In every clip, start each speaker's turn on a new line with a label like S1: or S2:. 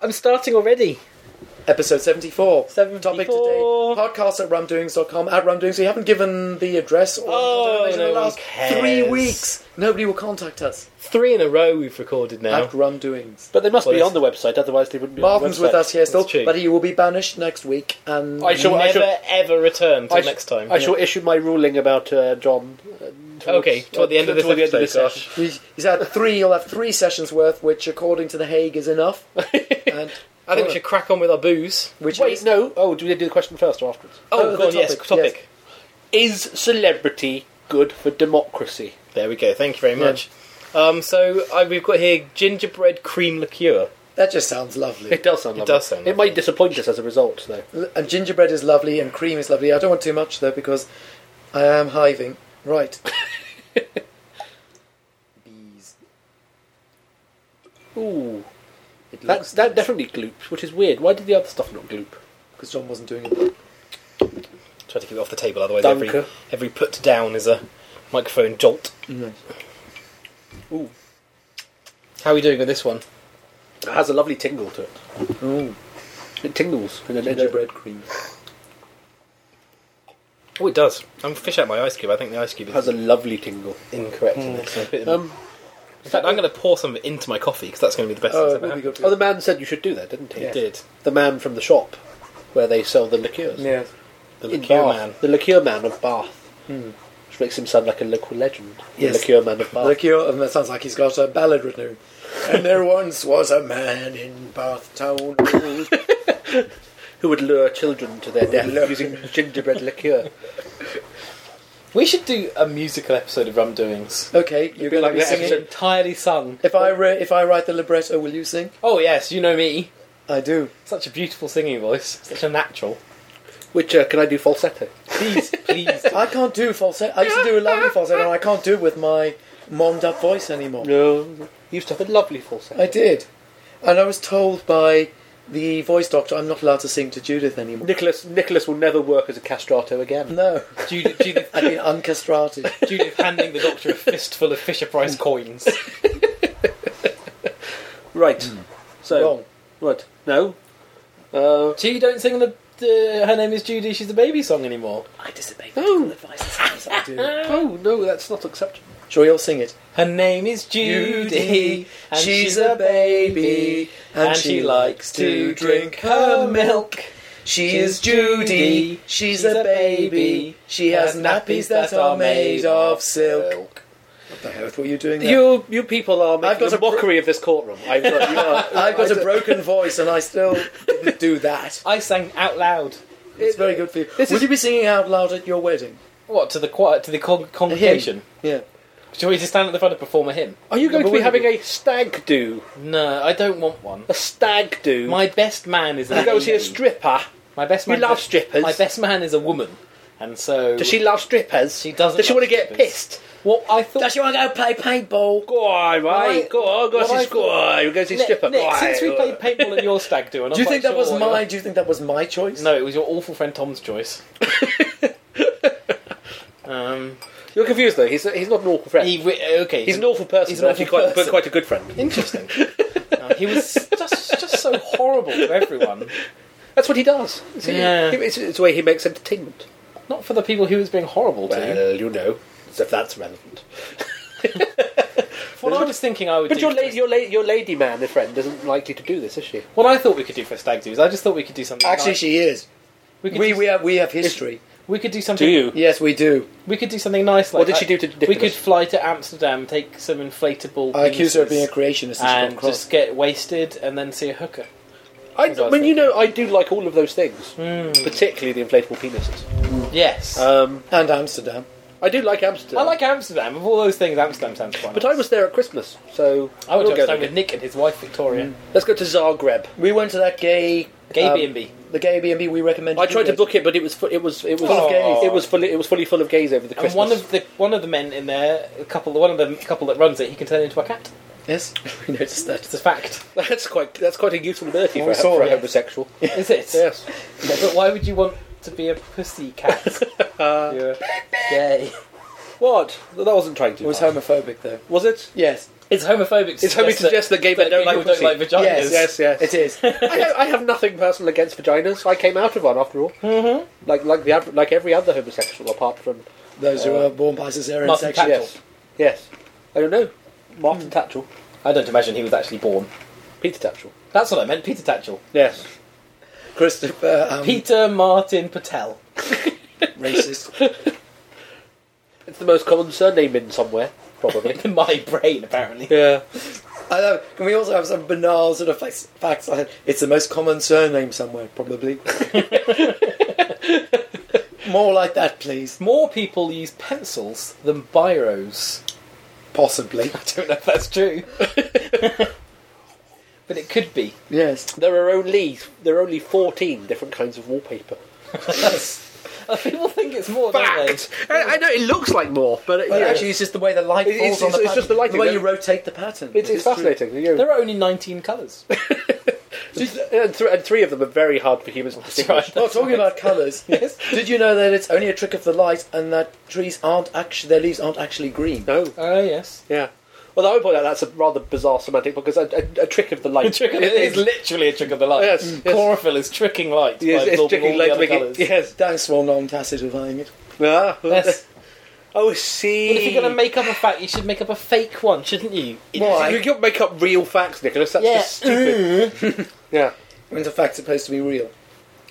S1: I'm starting already.
S2: Episode 74.
S1: 74.
S2: Topic today podcast at rumdoings.com. At rumdoings. We haven't given the address or
S1: Oh,
S2: contact information
S1: no
S2: in the
S1: one
S2: last
S1: cares.
S2: three weeks. Nobody will contact us.
S1: Three in a row we've recorded now.
S2: At rumdoings.
S3: But they must
S1: Well,
S3: be
S1: it's-
S3: on the website, otherwise they wouldn't be.
S2: Marvin's
S3: on the website.
S2: with us here still,
S1: true.
S2: but he will be banished next week. And
S3: I shall-
S1: Never
S3: I shall-
S1: ever return till
S3: I sh-
S1: next time.
S3: I shall issue my ruling about uh, John. uh, towards-
S1: Okay, toward the end of this
S3: toward the end of this
S1: episode, gosh.
S3: session.
S2: He's he's had three. He'll have three sessions worth, which, according to the Hague, is enough. and
S1: I think we should crack on with our booze.
S2: which
S3: Wait,
S2: is-
S3: no. Oh, do we do the question first or afterwards?
S1: Oh,
S2: the
S1: go on, yes,
S2: topic,
S1: topic.
S3: Is celebrity good for democracy?
S1: There we go. Thank you very much. Um, so I, we've got here gingerbread cream liqueur.
S2: that just sounds lovely.
S3: It does sound.
S1: It
S3: lovely.
S1: does sound
S3: It might disappoint us as a result, though.
S2: and gingerbread is lovely, and cream is lovely. I don't want too much though because I am hiving. Right. Bees.
S3: Ooh,
S2: It
S3: that
S2: looks
S3: that definitely glooped, which is weird. Why did the other stuff not gloop?
S2: because John wasn't doing it.
S1: Try to keep it off the table, otherwise every
S3: Dunker.
S1: every put down is a microphone jolt. Mm-hmm.
S3: Ooh,
S1: How are we doing with this one?
S3: it has a lovely tingle to it.
S2: Ooh,
S3: It tingles. in the- in the-
S2: gingerbread cream.
S1: Oh, it does. I'm fish out my ice cube. I think the ice cube
S3: It
S1: is
S3: has a lovely tingle.
S1: incorrect. in this. So a bit of-
S3: Um,
S1: in fact, I'm going to pour some of it into my coffee because that's going to be the best.
S2: Oh,
S1: that's
S2: it
S1: ever
S2: will be
S1: happened.
S2: good.
S3: oh, the man said you should do that, didn't he?
S1: It did.
S3: The man from the shop where they sell the liqueurs.
S2: Yeah.
S1: The
S3: In
S1: liqueur
S3: Bath.
S1: man.
S3: The liqueur man of Bath. Which makes him sound like a local legend.
S2: Yes.
S3: The liqueur man of Bath.
S2: Like you, and um, that sounds like he's got a ballad written. and there once was a man in Bath Town. who-
S3: who would lure children to their death
S2: lure-
S3: using gingerbread liqueur.
S1: We should do a musical episode of Rum Doings.
S2: okay, you're
S3: be
S2: going to
S3: like
S2: be
S3: that
S2: singing.
S3: episode.
S1: Entirely sung.
S2: If I re- if I write the libretto, will you sing?
S1: Oh yes, you know me.
S2: I do.
S1: Such a beautiful singing voice. Such a natural.
S3: Which uh, can I do falsetto?
S1: Please, please.
S2: I can't do falsetto. I used to do a lovely falsetto, and I can't do it with my mommed up voice anymore.
S3: No. You used to have a lovely falsetto.
S2: I did, and I was told by the voice doctor I'm not allowed to sing to Judith anymore.
S3: Nicholas Nicholas will never work as a castrato again.
S2: No,
S1: Judith, Judith,
S2: I've been uncastrated.
S1: Judith handing the doctor a fistful of Fisher Price coins.
S3: Right. So
S2: Mm. Wrong.
S3: what? No. Uh,
S1: She don't sing the, the her name is Judy. She's the baby song anymore.
S2: I disobey
S3: medical
S2: advice as much as I do.
S3: oh no, that's not acceptable.
S2: Sure, you'll sing it.
S1: Her name is Judy.
S2: Judy,
S1: and
S2: she's a baby, and,
S1: and
S2: she likes to drink her milk. She is Judy, she's a baby, she has nappies that are made of silk. What the hell were you doing there?
S3: You you people are making
S2: got
S3: a
S2: a bro-
S3: mockery of this courtroom. I'm sorry, you are.
S2: I've got a broken voice and I still didn't do that.
S1: I sang out loud.
S2: It's very good for you. Would
S3: is-
S2: you be singing out loud at your wedding?
S1: What to the choir, to the con- congregation?
S2: Yeah.
S1: Do we just stand at the front and perform a hymn?
S3: Are you going to
S2: Number
S3: be
S2: one,
S3: having a stag do?
S1: No, I don't want one.
S3: A stag do?
S1: My best man is
S3: you
S1: a
S3: go see a
S1: woman.
S3: stripper.
S1: My best
S3: You
S1: man.
S3: love strippers.
S1: My best man is a woman, and so
S3: Does she love strippers?
S1: She doesn't
S3: Does she
S1: love
S3: want to get
S1: strippers.
S3: pissed?
S1: What I thought.
S2: Does she want to go play paintball?
S3: Go on, mate.
S1: Right.
S3: Go on, go
S1: What I
S3: see go on. You go see
S1: Nick,
S3: stripper.
S1: Nick,
S3: Go on.
S1: since we played paintball at your stag do, and I'm
S2: Do you
S1: quite
S2: think that
S1: sure
S2: was
S1: what
S2: my?
S1: your-
S2: Do you think that was my choice?
S1: No, it was your awful friend Tom's choice. um,
S3: You're confused though. He's he's not an awful friend.
S1: he re- okay.
S3: he's an awful person.
S1: he's
S3: He's
S1: an
S3: actually
S1: awful
S3: quite,
S1: person.
S3: but quite a good friend.
S1: interesting. Uh, he was just just so horrible to everyone.
S3: That's what he does. See,
S1: Yeah.
S3: he- it's, it's the way he makes entertainment.
S1: Not for the people he was being horrible to.
S3: Well, you know, as if that's relevant.
S1: what I was thinking, I would.
S3: But
S1: do
S3: your
S1: for a
S3: la- your la- your lady man, the friend, isn't likely to do this, is she?
S1: What I thought we could do for a stag do is I just thought we could do something.
S2: Actually,
S1: like-
S2: she is.
S1: we could
S2: We
S1: do,
S2: we have we have history.
S1: we could do something.
S2: Yes, we do.
S1: We could do something nice. Like
S3: What did
S1: I-
S3: she do to
S1: We
S3: Nicholas?
S1: could fly to Amsterdam, take some inflatable.
S2: I accuse her of
S1: penises,
S2: being a creationist. And, she
S1: and
S2: got cross.
S1: just get wasted and then see a hooker.
S3: I,
S1: That's what I
S3: I
S1: was
S3: mean, you know, I do like all of those things, particularly the inflatable penises.
S1: Yes.
S3: Um,
S2: and Amsterdam.
S3: I do like Amsterdam.
S1: Uh, I like Amsterdam. Of all those things, Amsterdam sounds quite
S3: But
S1: nice.
S3: I was there at Christmas, so
S1: I went to
S3: we'll go Mm.
S1: Amsterdam
S3: there.
S1: with Nick and his wife Victoria.
S3: Let's go to Zagreb.
S2: We went to that gay
S1: Gay
S2: um,
S1: B&B.
S2: The gay B&B we recommended.
S3: I tried to
S2: you.
S3: book it, but it was fu- it was it
S2: Full
S3: was
S2: of gays.
S3: it was fully it was fully full of gays over the Christmas.
S1: And one of the one of the men in there, a couple, one of the couple that runs it, he can turn into a cat.
S2: Yes, we noticed
S1: It's
S2: that.
S1: a fact,
S3: that's quite that's quite a useful ability
S2: Well,
S3: for,
S2: we
S3: a,
S2: saw
S3: for a
S2: that.
S3: homosexual.
S1: is it?
S3: yes,
S1: But why would you want to be a pussy cat? You're gay.
S3: what that wasn't trying to.
S2: It was
S3: hard.
S2: homophobic though.
S3: was it?
S2: Yes.
S1: It's homophobic. to
S3: It's homophobic
S1: suggest
S3: to suggest that gay men don't
S1: people don't like
S3: like pussy.
S1: vaginas.
S2: Yes,
S3: Yes, yes.
S2: It is.
S3: I, don't- I have nothing personal against vaginas. I came out of one after all. Mm-hmm. Like like the av- like every other homosexual, apart from
S2: Those who
S3: Uh,
S2: are born by cesarean
S1: Martin
S2: section.
S1: Tatchell.
S3: yes, yes. I don't know. Martin Tatchell,
S1: I don't imagine he was actually born.
S3: Peter Tatchell.
S1: That's what I meant. Peter Tatchell.
S3: Yes,
S2: Christopher, um,
S1: Peter Martin Patel.
S2: racist.
S3: it's the most common surname in somewhere, probably.
S1: In my brain, apparently.
S3: yeah.
S2: I know. Can we also have some banal sort of facts? facts? I- It's the most common surname somewhere, probably. More like that, please.
S1: More people use pencils than biros.
S2: Possibly.
S1: I don't know if that's true. but it could be.
S2: Yes.
S3: There are only there are only fourteen different kinds of wallpaper.
S2: Yes.
S1: People think it's more,
S3: Fact. I, I know it looks like more, but,
S2: But
S3: yeah,
S2: actually, it's just the way the light falls
S3: It- it's-
S2: on the
S3: it's- it's
S2: pattern.
S3: just the lighting.
S2: way
S3: Then-
S2: you rotate the pattern.
S3: it's, it's
S2: true.
S3: fascinating. you know.
S1: don't they? There are only 19 colours.
S3: and, th- and three of them are very hard for humans to distinguish.
S2: Well, talking about colours,
S1: Yes.
S2: did you know that it's only a trick of the light and that trees aren't actually, their leaves aren't actually green?
S3: No.
S1: Oh, yes.
S3: Yeah. Well, I would point out that's a rather bizarre semantic because a, a, a trick of the light.
S1: A trick of
S3: It-
S1: the, it's
S3: it's
S1: literally a trick of the light. Mm.
S3: Yes, yes.
S1: Chlorophyll is tricking light
S3: Yes,
S1: by
S3: it's
S1: absorbing
S3: tricking
S1: all
S3: light
S1: the
S3: to
S1: other
S3: make it-
S1: colours.
S3: yes.
S2: Thanks for non-tacifying it.
S3: Ah.
S1: Yes.
S3: Oh, see.
S1: Well, if you're going to make up a fact, you should make up a fake one, shouldn't you?
S2: Why?
S3: You can't make up real facts, Nicholas. That's
S1: Yeah.
S3: just stupid. yeah.
S2: When the fact's supposed to be real.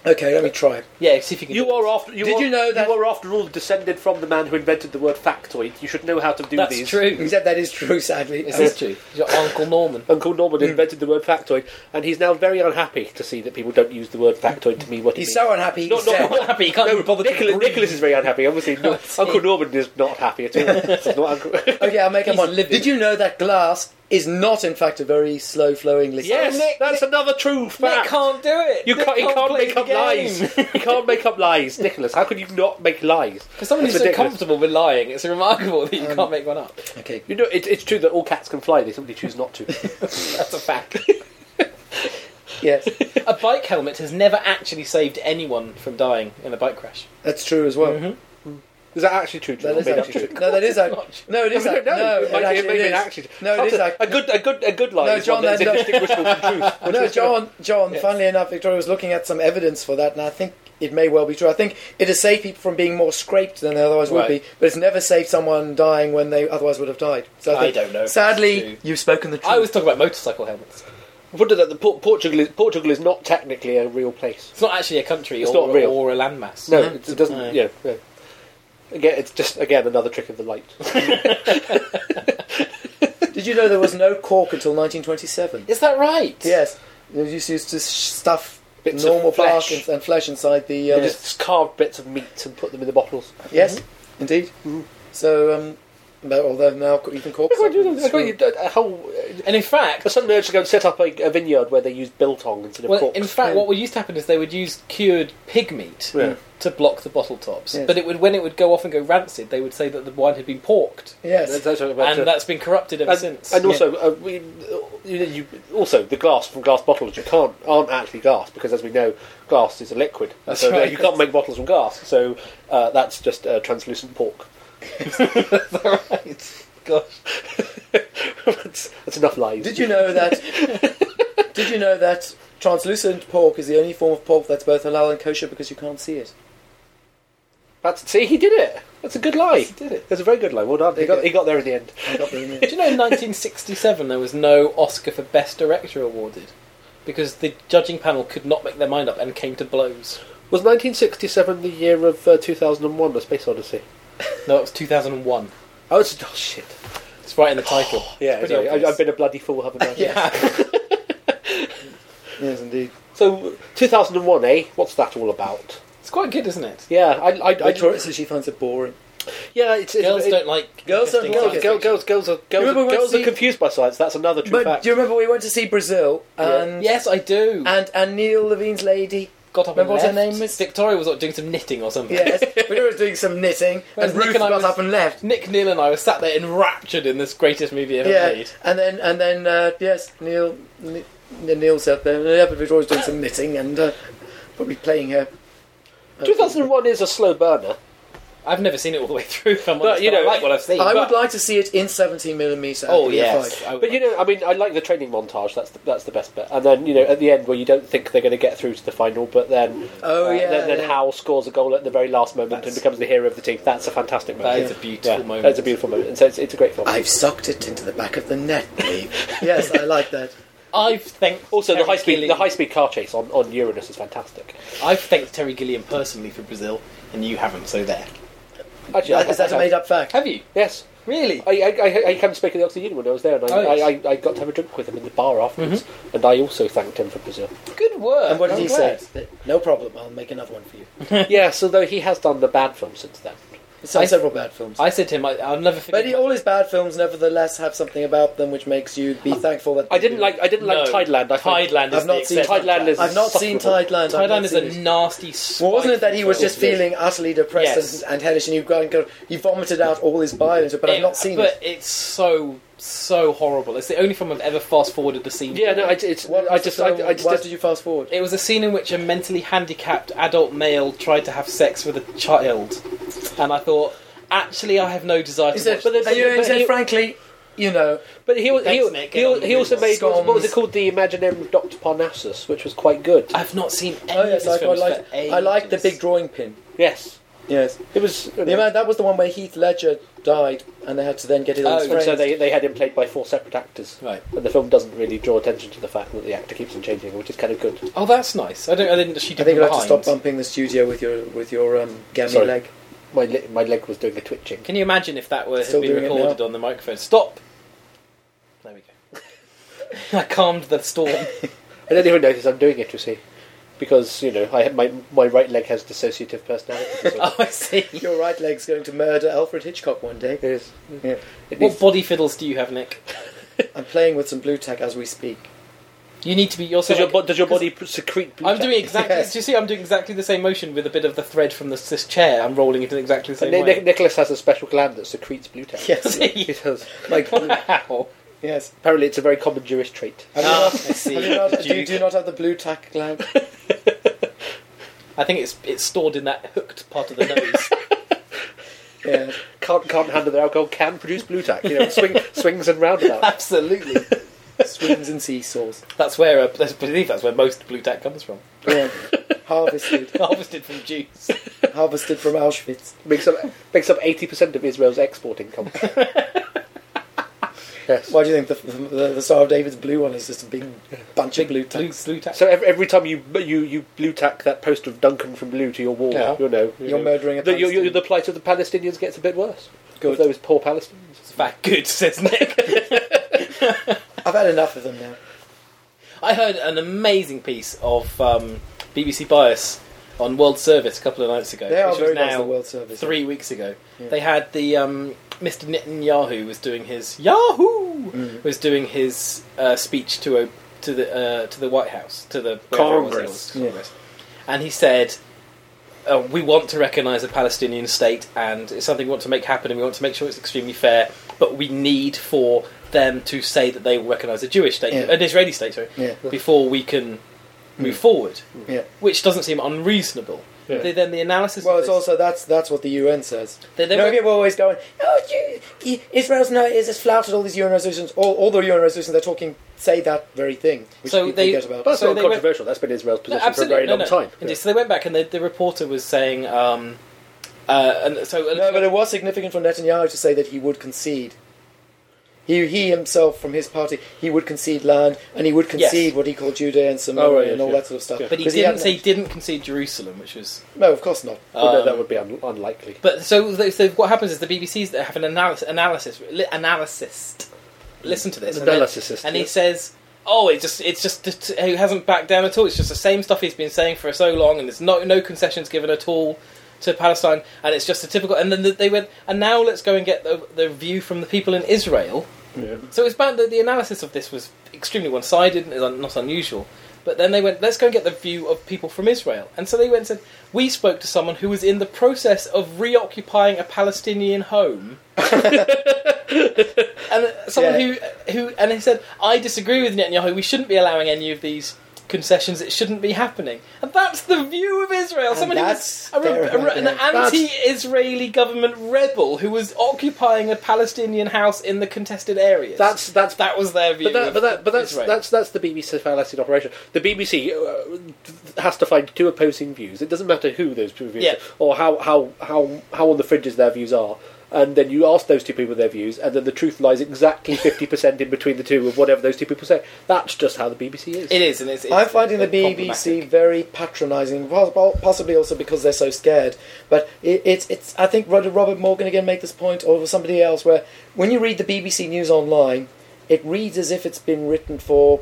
S2: Okay, let me try.
S1: Yeah, see if you can
S3: You
S1: do
S3: are
S1: it.
S3: after. You
S2: Did
S3: are,
S2: you know that-
S3: you are after all descended from the man who invented the word factoid? You should know how to do
S1: That's
S3: these.
S1: true.
S2: Except that is true, sadly.
S1: Is
S2: Um,
S1: this true? Your Uncle Norman.
S3: Uncle
S2: Hmm.
S3: Norman invented the word factoid, and he's now very unhappy to see that people don't use the word factoid to mean what it
S2: He's
S3: means.
S2: so unhappy. He's
S3: Not- not-
S2: dead.
S1: Not happy, you can't
S3: No,
S1: even bother to
S3: Nicholas,
S1: breathe.
S3: Nicholas is very unhappy. Obviously, no,
S1: see.
S3: Uncle Norman is not happy at all. He's not Uncle-
S2: Okay, I'll make up
S1: He's
S2: one.
S1: livid.
S2: Did you know that glass is not, in fact, a very slow-flowing liquid?
S3: yes,
S1: Nick-
S3: that's another true
S1: Nick
S3: fact.
S1: can't do it.
S3: you can't,
S1: Nick
S3: you can't
S1: play
S3: make
S1: the
S3: up
S1: game.
S3: lies. You can't make up lies, Nicholas. How could you not make lies?
S1: For someone who's
S3: That's
S1: so
S3: ridiculous. Um,
S1: comfortable with lying, it's remarkable that you can't make one up.
S2: Okay.
S3: You know, it, it's true that all cats can fly. They simply choose not to.
S1: That's a fact.
S2: Yes,
S1: a bike helmet has never actually saved anyone from dying in a bike crash.
S2: that's true as
S1: Mm-hmm.
S2: well.
S3: Is that actually true? John?
S2: That is
S3: Made up
S2: actually
S3: true.
S2: true. No, that is
S1: It's
S2: actually.
S1: not true.
S2: No, it
S3: I
S2: is
S3: don't
S2: actually.
S3: know.
S2: No, it
S3: Might be-
S2: actually
S3: maybe it
S2: is.
S3: actually-
S2: No, it
S3: Something-
S2: is actually.
S3: a good, a good, a good lie.
S2: No,
S3: is
S2: John,
S3: one that is
S2: no, no.
S3: indistinguishable from truth.
S2: No, John. John.
S1: Yes.
S2: Funnily enough, Victoria was looking at some evidence for that, and I think it may well be true. I think it has saved people from being more scraped than they otherwise would
S1: Right.
S2: be, but it's never saved someone dying when they otherwise would have died. So
S1: I
S2: think,
S1: don't know if that's true.
S2: Sadly, you've spoken the truth.
S1: I was talking about motorcycle helmets.
S3: Put it that the Por- Portugal is Portugal is not technically a real place.
S1: It's not actually a country
S3: It's
S1: or,
S3: not real.
S1: or a landmass.
S3: No,
S2: Mm-hmm.
S3: it, it doesn't.
S1: No.
S3: Yeah, yeah. Again, it's just again another trick of the light.
S2: Did you know there was no cork until 1927?
S1: Is that right?
S2: Yes, they just used to stuff
S3: Bits of
S2: normal bark
S3: flesh.
S2: and, and flesh inside the. Um,
S3: They just carved bits of meat and put them in the bottles.
S2: Yes,
S3: Mm-hmm.
S2: indeed. So, um, but although now you can cork.
S3: Why do
S2: something,
S3: that? Why
S2: screw-
S3: do that? A whole.
S1: And in fact,
S3: A sudden urge to go and set up a, a vineyard where they use biltong instead of
S1: well,
S3: corks.
S1: in fact,
S2: Yeah.
S1: what would used to happen is they would use cured pig meat
S3: Yeah.
S1: to block the bottle tops.
S2: Yes.
S1: But it would, when it would go off and go rancid, they would say that the wine had been porked,
S2: Yes.
S3: That's what I'm about
S1: and
S3: to-
S1: that's been corrupted ever
S3: uh, and,
S1: since.
S3: and also, uh, we, you, know, you, also the glass from glass bottles you can't aren't actually glass because, as we know, glass is a liquid.
S1: That's
S3: so uh,
S1: right.
S3: you can't make bottles from glass. So uh, that's just uh, translucent pork.
S1: right? Gosh,
S3: that's, that's enough lies.
S2: Did you know that? did you know that translucent pork is the only form of pork that's both halal and kosher because you can't see it?
S3: That's, see, he did it. That's a good lie.
S1: he did it.
S3: That's a very good lie. Well done. He
S2: There you
S3: got,
S2: go.
S3: he got there in the end.
S2: I got the remote.
S1: Do you know in 1967 there was no Oscar for Best Director awarded because the judging panel could not make their mind up and came to blows.
S3: Was 1967 the year of uh, 2001, The Space Odyssey?
S1: No, it was 2001.
S3: Oh, it's, oh shit.
S1: It's right in the title.
S3: Yeah,
S1: It's
S3: no,
S1: pretty
S3: I,
S1: obvious.
S3: I've been a bloody fool, haven't I?
S1: yeah.
S2: yes, indeed.
S3: So, 2001, eh? What's that all about?
S1: it's quite good, isn't it?
S3: Yeah, I, I, I
S2: Victoria says she finds it boring.
S3: yeah, it's, it's
S1: Girls
S3: it-
S1: don't like
S2: Girls don't
S1: interesting
S2: like
S1: science
S3: Girls, girls,
S1: fiction.
S3: girls, girls are girls,
S2: remember
S3: are,
S2: when
S3: girls
S2: the-
S3: are confused by science. That's another true
S2: But
S3: fact.
S2: do you remember we went to see Brazil and
S1: Yes, I do.
S2: and and Neil Levine's lady?
S1: got up
S2: Remember
S1: and
S2: what her
S1: left.
S2: name was?
S1: Victoria was like, doing some knitting or something.
S2: Yes, we were doing some knitting,
S1: Whereas
S2: and
S1: Nick
S2: Ruth
S1: and I
S2: got
S1: was-
S2: up and left.
S1: Nick Neal and I were sat there enraptured in this greatest movie ever
S2: Yeah,
S1: made.
S2: and then and then uh, yes, Neil, Neil, Neil's up there. Yeah, but Victoria's doing some knitting and uh, probably playing her.
S3: 2001 is a slow burner.
S1: I've never seen it all the way through. If I'm
S3: But,
S1: honest,
S3: you
S1: but
S3: know,
S1: I like what I've seen.
S2: I
S1: but-
S2: would like to see it in 17mm.
S1: Oh yes, I would
S3: But you know, I mean, I like the training montage. That's the, that's the best bit. And then you know, at the end where you don't think they're going to get through to the final, but then uh,
S2: Oh, yeah,
S3: then, then
S2: yeah.
S3: Hal scores a goal at the very last moment and
S1: That's-
S3: becomes the hero of the team. That's a fantastic moment.
S1: That is a beautiful
S3: Yeah,
S1: moment.
S3: That's a beautiful moment. And so it's, it's a great film.
S2: I've sucked it into the back of the net, Lee. yes, I like that.
S1: I've thanked
S3: also, the
S1: Terry
S3: high speed
S1: Gilliam-
S3: the high speed car chase on, on Uranus is fantastic.
S1: I've thanked Terry Gilliam personally for Brazil, and you haven't. So there.
S3: Actually, I-
S2: Is that
S3: I-
S2: a
S3: I-
S2: made up fact?
S1: Have you
S3: Yes.
S1: really?
S3: I, I, I, I came to speak at the Oxford Union when I was there, and I,
S1: Oh, yes. Mm-hmm.
S3: I, I, I got to have a drink with him in the bar afterwards, and I also thanked him for Brazil.
S1: Good work.
S2: And what did
S1: I'm
S2: he
S1: glad.
S2: say? No problem, I'll make another one for you.
S3: yes, although he has done the bad film since then.
S2: He's done
S1: I-
S2: several bad films.
S1: I said to him, I, "I'll never forget."
S2: but he, all his bad films, nevertheless, have something about them which makes you be thankful that
S3: I
S2: they
S3: didn't
S2: do.
S3: like I didn't like
S1: Mm-hmm. No.
S3: Tideland. I found-
S1: Tideland. Is
S2: I've not
S1: the
S2: seen
S1: exception.
S3: Tideland is
S2: I've not seen
S3: insufferable.
S2: Tideland. I've
S1: Tideland
S2: not
S1: is
S2: seen
S1: a
S2: it.
S1: nasty.
S2: Well, wasn't it that he was
S1: spiteful
S2: just feeling utterly depressed
S1: Yes.
S2: and, and hellish, and you go and go, he vomited out all his violence, but
S3: Eh,
S2: I've
S1: Yeah,
S2: not seen
S1: but
S2: it.
S1: it's so so horrible. It's the only film I've ever fast forwarded the scene.
S3: Yeah,
S1: for.
S3: no, I, it's,
S2: What
S3: I
S2: was the
S3: just, I,
S2: film?
S3: I just Eh,
S2: Why
S3: did-
S2: did you fast forward?
S1: It was a scene in which a mentally handicapped adult male tried to have sex with a child, and I thought, actually, I have no desire to.
S2: He said,
S1: watch this.
S2: and you-
S3: but-
S2: he said,
S3: but-
S2: frankly, you know,
S3: But he he,
S1: Thanks,
S3: he,
S1: Nick, get on
S3: he,
S1: with
S3: he
S1: it.
S3: also made what, what was it
S2: Scones.
S3: called? The Imaginary Doctor Parnassus, which was quite good.
S1: I've not seen any
S2: oh yes, I
S1: of
S2: quite
S1: these films
S2: like.
S1: for
S2: I like the
S1: ages.
S2: big drawing pin.
S3: Yes,
S2: Yes,
S3: it was.
S2: the man, that was the one where Heath Ledger died, and they had to then get it on
S1: Oh,
S2: his
S3: and
S2: friends.
S3: so they, they had him played by four separate actors,
S1: Right.
S3: and the film doesn't really draw attention to the fact that the actor keeps on changing, which is kind of good.
S1: Oh, that's nice. I don't. I didn't. She
S2: I
S1: did
S2: think
S1: from
S2: you'll have to stop
S1: behind.
S2: bumping the studio with your with your um, gammy
S3: Sorry.
S2: leg.
S3: My li- my leg was doing a twitching.
S1: Can you imagine if that were had
S2: Still
S1: been
S2: doing it
S1: recorded
S2: now.
S1: on the microphone? Stop. There we go. I calmed the storm.
S3: I don't even notice I'm doing it, you see, because you know I have my my right leg has dissociative personality. disorder.
S1: oh, I see.
S2: Your right leg's going to murder Alfred Hitchcock one day.
S3: It is.
S2: Yeah.
S3: It
S1: What
S3: needs,
S1: body fiddles do you have, Nick?
S2: I'm playing with some blue tack as we speak.
S1: You need to be. You're so
S3: does, your,
S1: like-
S3: bo- does your body p- secrete? blue
S1: I'm
S3: tack?
S1: doing exactly.
S2: Yes.
S1: Do you see? I'm doing exactly the same motion with a bit of the thread from this, this chair. I'm rolling it in exactly the same
S3: Ni- Ni-
S1: way.
S3: Nicholas has a special gland that secretes blue tack.
S2: Yes,
S3: He does.
S2: like
S1: wow.
S2: yes.
S3: Apparently, it's a very common Jewish trait.
S2: Have you
S1: Ah,
S2: not-
S1: I see.
S2: have you not- do you
S1: Duke.
S2: do you not have the blue tack gland?
S1: I think it's it's stored in that hooked part of the nose.
S2: Yeah.
S3: Can't can't handle their alcohol. Can produce blue tack. You know, swing, swings and roundabouts.
S1: Absolutely.
S2: Swims and seesaws.
S1: That's where uh, I believe that's where most blue tack comes from.
S2: Yeah. harvested,
S1: Harvested from Jews.
S2: harvested from Auschwitz.
S3: Makes up makes up eighty percent of Israel's export income. yes.
S2: Why do you think the, the, the Star of David's blue one is just a big bunch of blue
S1: Blue,
S2: tacks?
S1: blue tack.
S3: So every, every time you you you blue tack that poster of Duncan from Blue to your wall,
S2: Yeah.
S3: you know you
S2: You're
S3: know,
S2: murdering a
S3: the, you, you,
S2: Palestinian.
S3: the plight of the Palestinians gets a bit worse.
S2: Good.
S3: Of those poor Palestinians.
S1: Fact good, says Nick.
S2: I've had enough of them now.
S1: I heard an amazing piece of um, BBC Bias on World Service a couple of nights ago.
S2: They are
S1: which
S2: very
S1: was
S2: nice.
S1: now
S2: The World Service.
S1: three weeks ago.
S2: Yeah.
S1: They had the um, Mr. Netanyahu was doing his Yahoo
S2: Mhm.
S1: was doing his uh, speech to a to the uh, to the White House to the wherever it was,
S3: Congress.
S1: it was Congress, and he said. Uh, we want to recognise a Palestinian state, and it's something we want to make happen, and we want to make sure it's extremely fair. But we need for them to say that they will recognise a Jewish state,
S2: Yeah.
S1: an Israeli state, sorry,
S2: Yeah. Mm.
S1: before we can move forward,
S2: Yeah.
S1: which doesn't seem unreasonable.
S3: Yeah.
S1: The- then the analysis.
S2: Well,
S1: of
S2: it's
S1: this-
S2: also that's that's what the UN says.
S1: They- they
S2: no,
S1: were-
S2: people always going, "Oh, you, you- Israel's no, is it's flouted all these UN resolutions. All, all the UN resolutions they're talking say that very thing, which
S1: So
S2: people
S1: they-
S2: get
S3: But
S2: about.
S3: that's
S1: So
S3: not
S1: they went-
S3: controversial. That's been Israel's
S1: No,
S3: position for a very
S1: no,
S3: long
S1: no.
S3: time.
S1: Indeed. So they went back, and the, the reporter was saying, um, uh, and so
S2: No, but it was significant for Netanyahu to say that he would concede. He, he himself, from his party, he would concede land and he would concede what he called Judea and Samaria
S3: Oh, right,
S2: and all
S3: yes,
S2: that sort of stuff.
S3: yeah.
S1: but he
S2: 'Cause
S1: didn't
S2: hadn't-
S1: say he didn't concede Jerusalem, which was.
S2: No, of course not.
S3: Well, no,
S1: um,
S3: that would be un- unlikely.
S1: But so, th- so what happens is the BBC's that have an analysis, analysis, li- analysis. Listen to this, and, then-
S3: Analysis,
S1: and
S3: yeah.
S1: he says, "Oh, it's just, it's just, it he hasn't backed down at all. It's just the same stuff he's been saying for so long, and there's no no concessions given at all." To Palestine, and it's just a typical. And then they went, and now let's go and get the, the view from the people in Israel,
S3: Yeah.
S1: So it's bad that the analysis of this was extremely one-sided and is un- not unusual. But then they went, let's go and get the view of people from Israel. And so they went and said, we spoke to someone who was in the process of reoccupying a Palestinian home. and someone who, who, and he said, I disagree with Netanyahu. We shouldn't be allowing any of these concessions. It shouldn't be happening, and that's the view of Israel.
S2: And
S1: Somebody was
S2: that's
S1: a, re-
S2: their
S1: a re- an
S2: opinion. That's-
S1: anti-Israeli government rebel who was occupying a Palestinian house in the contested areas.
S3: That's that's
S1: that was their view.
S3: But, that,
S1: of
S3: but, that, but that's,
S1: Israel.
S3: that's that's the BBC Palestinian operation. The BBC uh, has to find two opposing views. It doesn't matter who those two views
S1: Yeah.
S3: are, or how, how, how, how on the fringes their views are. And then you ask those two people their views, and then the truth lies exactly 50% in between the two of whatever those two people say. That's just how the BBC is.
S1: it is, and it's, it's
S2: I'm finding the
S1: it's
S2: BBC
S1: problematic.
S2: very patronising, pos- po- possibly also because they're so scared. But it, it's it's. I think Robert Robert Morgan again made this point, or somebody else, where when you read the BBC news online, it reads as if it's been written for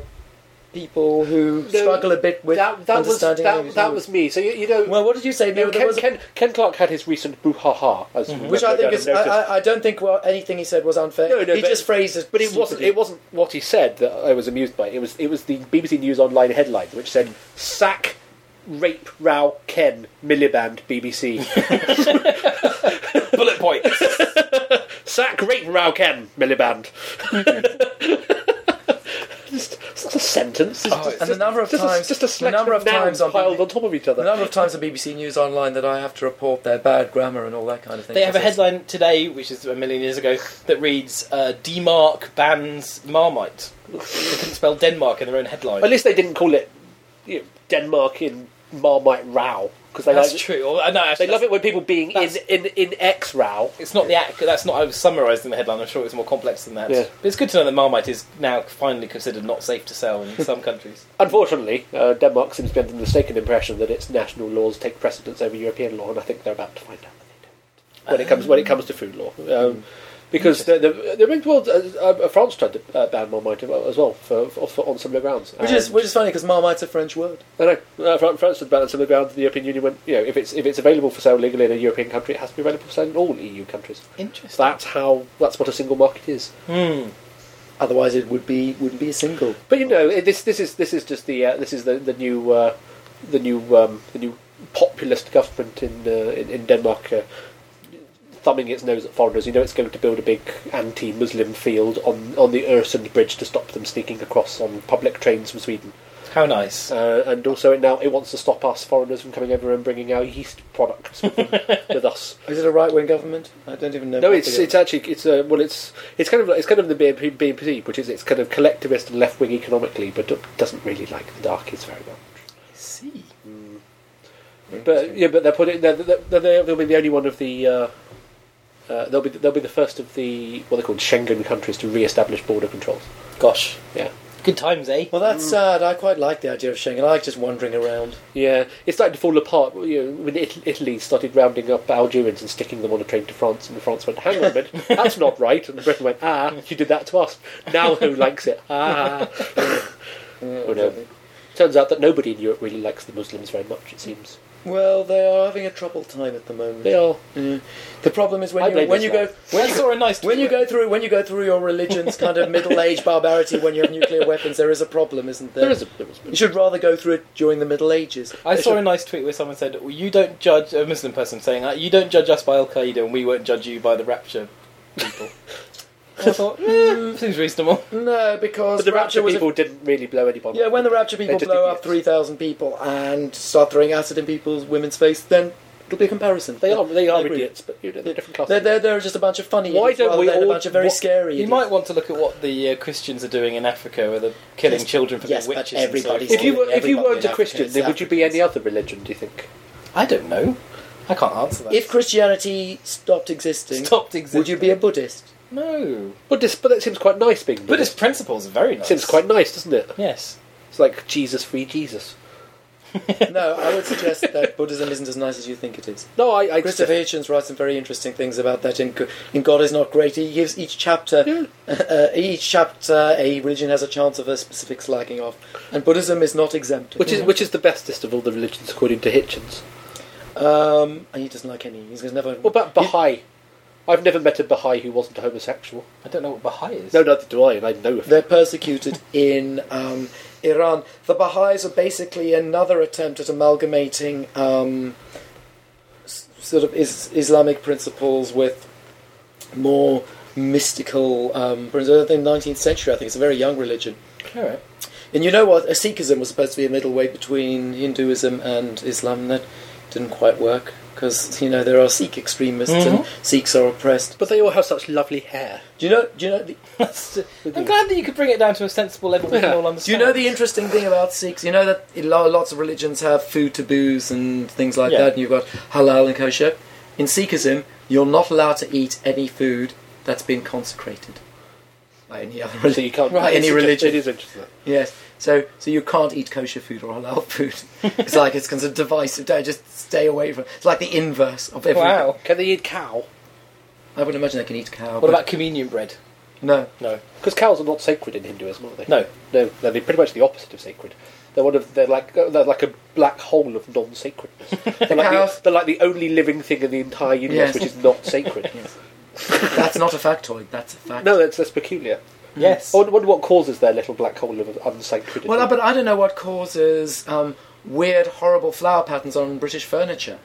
S2: people who
S3: No,
S2: struggle a bit with
S3: that, that, was,
S2: understanding.
S3: that,
S2: English
S3: that
S2: news.
S3: was me. So, you, you know,
S2: Well, what did you say?
S3: you know,
S2: No, there
S3: Ken,
S2: was a-
S3: Ken, Ken Clark had his recent brouhaha, as you
S2: which
S3: no
S2: I think
S3: doubt
S2: is.
S3: have
S2: I,
S3: noticed.
S2: I, I don't think well, anything he said was unfair.
S3: No, no,
S2: he
S3: but-
S2: just phrased it.
S3: But it wasn't.
S2: stupidly.
S3: It wasn't what he said that I was amused by. It was. It was the BBC News online headline which said "sack, rape, row, Ken, Miliband, BBC,
S1: bullet point.
S3: sack, rape, row, Ken, Miliband." just, it's not a sentence. It's
S1: Oh,
S3: just,
S1: it's-
S2: and the number of
S3: just a,
S2: times,
S3: just a
S2: the
S3: selection
S2: number of
S3: nouns
S2: times on
S3: piled
S2: BBC
S3: on top of each other.
S2: The number of times on BBC News Online that I have to report their bad grammar and all that kind of thing.
S1: They have a
S2: Because
S1: headline today, which is a million years ago, that reads uh, "Denmark bans Marmite." they couldn't spell Denmark in their own headline.
S3: At least they didn't call it you know, Denmark in Marmite row because they
S1: that's
S3: like,
S1: true. Or, uh, no, actually,
S3: They love it when people being in,
S1: that's-
S3: in in X row.
S1: It's not the act. That's not. I was summarising the headline. I'm sure it's more complex than that.
S3: Yeah.
S1: But it's good to know that Marmite is now finally considered not safe to sell in some countries.
S3: Unfortunately, uh, Denmark seems to have the mistaken impression that its national laws take precedence over European law, and I think they're about to find out that they don't. When it comes
S1: Ah.
S3: when it comes to food law,
S1: Hmm.
S3: um, because the the, the Ring World, uh, uh, France tried to uh, ban Marmite as well for, for, for on similar grounds.
S2: Which is
S3: And-
S2: which is funny because Marmite's a French word.
S3: I know uh, Fran- France tried to ban on similar grounds. The European Union went, you know, if it's if it's available for sale legally in a European country, it has to be available for sale in all EU countries.
S1: Interesting.
S3: That's how that's what a single market is.
S1: Hmm.
S2: Otherwise, it would be wouldn't be a single.
S3: But you know, it- this this is this is just the uh, this is the the new uh, the new um, the new populist government in uh, in, in Denmark. Uh, Thumbing its nose at foreigners, you know it's going to build a big anti-Muslim field on on the Öresund bridge to stop them sneaking across on public trains from Sweden,
S1: How nice.
S3: uh, and also it now it wants to stop us foreigners from coming over and bringing our yeast products with, them, with us.
S2: Is it a right wing government? I don't even know.
S3: No,
S2: what
S3: it's
S2: they-
S3: it's actually it's uh, well it's it's kind of like- it's kind of the BNP, which is it's kind of collectivist and left wing economically, but doesn't really like the darkies very much.
S1: see.
S3: But yeah, but they're putting they're, they're, they're, they'll be the only one of the uh, uh, they'll be they'll be the first of the what they call Schengen countries to re-establish border controls.
S1: Gosh.
S3: Yeah,
S1: Good times, eh?
S2: well,
S3: Mm.
S2: that's sad. I quite like the idea of Schengen. I like just wandering around.
S3: yeah, it's starting to fall apart. You know, when It- Italy started rounding up Algerians and sticking them on a train to France, and France went, "Hang on a minute, that's not right," and Britain went, "Ah, you did that to us. Now who likes it? Ah." Oh, no.
S2: exactly.
S3: Turns out that nobody in Europe really likes the Muslims very much. It seems
S2: Well, they are having a troubled time at the moment.
S3: they are.
S2: The problem is
S3: I
S2: when you
S3: blame
S2: when you go
S3: Islam.
S1: I
S2: when you,
S1: saw a nice.
S2: when you
S1: tweet.
S2: go through when you go through your religion's kind of middle age barbarity when you have nuclear weapons, there is a problem, isn't there?
S3: There is a there is a-
S2: You should rather go through it during the Middle Ages.
S1: I saw a nice tweet where someone said, well, "You don't judge a Muslim person saying that. You don't judge us by Al Qaeda, and we won't judge you by the Rapture people." I thought, eh,
S2: "Hmm,
S1: seems reasonable.
S2: No, because
S3: But the rapture
S2: was a-
S3: people didn't really blow anybody.
S2: Yeah, when the rapture people
S3: They're just
S2: blow up
S3: idiots.
S2: 3,000 people and start throwing acid in people's women's face, then it'll be a comparison.
S3: They are they
S2: I
S3: are
S2: agree.
S3: idiots, but you know, they're different class.
S2: They're, they're, they're just a bunch of funny
S3: Why
S2: idiots
S3: don't
S2: rather
S3: we
S2: than a
S3: all-
S2: bunch of very
S3: what-
S2: scary
S1: You
S2: idiots.
S1: might want to look at what the uh, Christians are doing in Africa, where they're killing
S2: Yes,
S1: children for
S2: yes,
S1: being
S2: but
S1: witches. and
S2: everybody's-
S3: if
S1: so forth.
S3: you were, if you
S2: Everybody
S3: weren't
S2: in
S3: a
S2: Africa
S3: Christian,
S2: is
S3: then would you be
S2: Africans.
S3: any other religion? Do you think?
S1: I don't know. I can't answer that.
S2: If Christianity stopped existing,
S1: stopped existing,
S2: would you be a Buddhist?
S1: no?
S3: Well, this, but that seems quite nice being.
S1: But its
S3: Buddhist.
S1: principles are very nice.
S3: seems quite nice, doesn't it?
S1: yes.
S3: It's like Jesus free Jesus.
S2: no, I would suggest that Buddhism isn't as nice as you think it is.
S3: No, I. I
S2: Christopher Hitchens writes some very interesting things about that in, Go- in God is Not Great. He gives each chapter, uh, each chapter, a religion has a chance of a specific slagging off, and Buddhism is not exempt.
S3: which is which is the bestest of all the religions according to Hitchens?
S2: Um, and he doesn't like any. He's never.
S3: What about Baha'i? I've never met a Baha'i who wasn't homosexual.
S1: I don't know what Baha'i is.
S3: No, neither do I, and I know. If
S2: They're persecuted in um, Iran. The Baha'is are basically another attempt at amalgamating um, s- sort of is- Islamic principles with more mystical um, principles. In the 19th century, I think it's a very young religion.
S1: All right.
S2: And you know what? A Sikhism was supposed to be a middle way between Hinduism and Islam, and that didn't quite work because you know there are Sikh extremists and Sikhs are oppressed.
S3: But they all have such lovely hair.
S2: Do you know? Do you know? The,
S1: I'm glad that you could bring it down to a sensible level we can all
S2: do you
S1: understand.
S2: know the interesting thing about Sikhs? You know that a lo- lots of religions have food taboos and things like
S1: Yeah.
S2: that, and you've got halal and kosher. In Sikhism, you're not allowed to eat any food that's been consecrated by any other
S3: So
S2: religion.
S3: you can't
S2: Right,
S3: it's
S2: any
S3: inter-
S2: religion.
S3: It is interesting.
S2: Yes. So, so you can't eat kosher food or halal food. It's like it's considered divisive. Don't just stay away from. It's like the inverse of everything.
S1: Wow.
S3: Can they eat cow?
S2: I would imagine they can eat cow.
S1: What
S2: but-
S1: about communion bread?
S2: no?
S1: No.
S3: Because cows are not sacred in Hinduism, are they?
S1: No.
S3: no, they're the- pretty much the opposite of sacred. They're one of they're like uh, they're like a black hole of non-sacredness. They're like, the,
S2: cows.
S3: they're like the only living thing in the entire
S2: Yes.
S3: universe which is not sacred.
S2: That's not a factoid. That's a fact.
S3: No, that's that's peculiar.
S1: Yes.
S3: I wonder, wonder what causes their little black hole of unsacredness.
S2: Well, but I don't know what causes um, weird, horrible flower patterns on British furniture.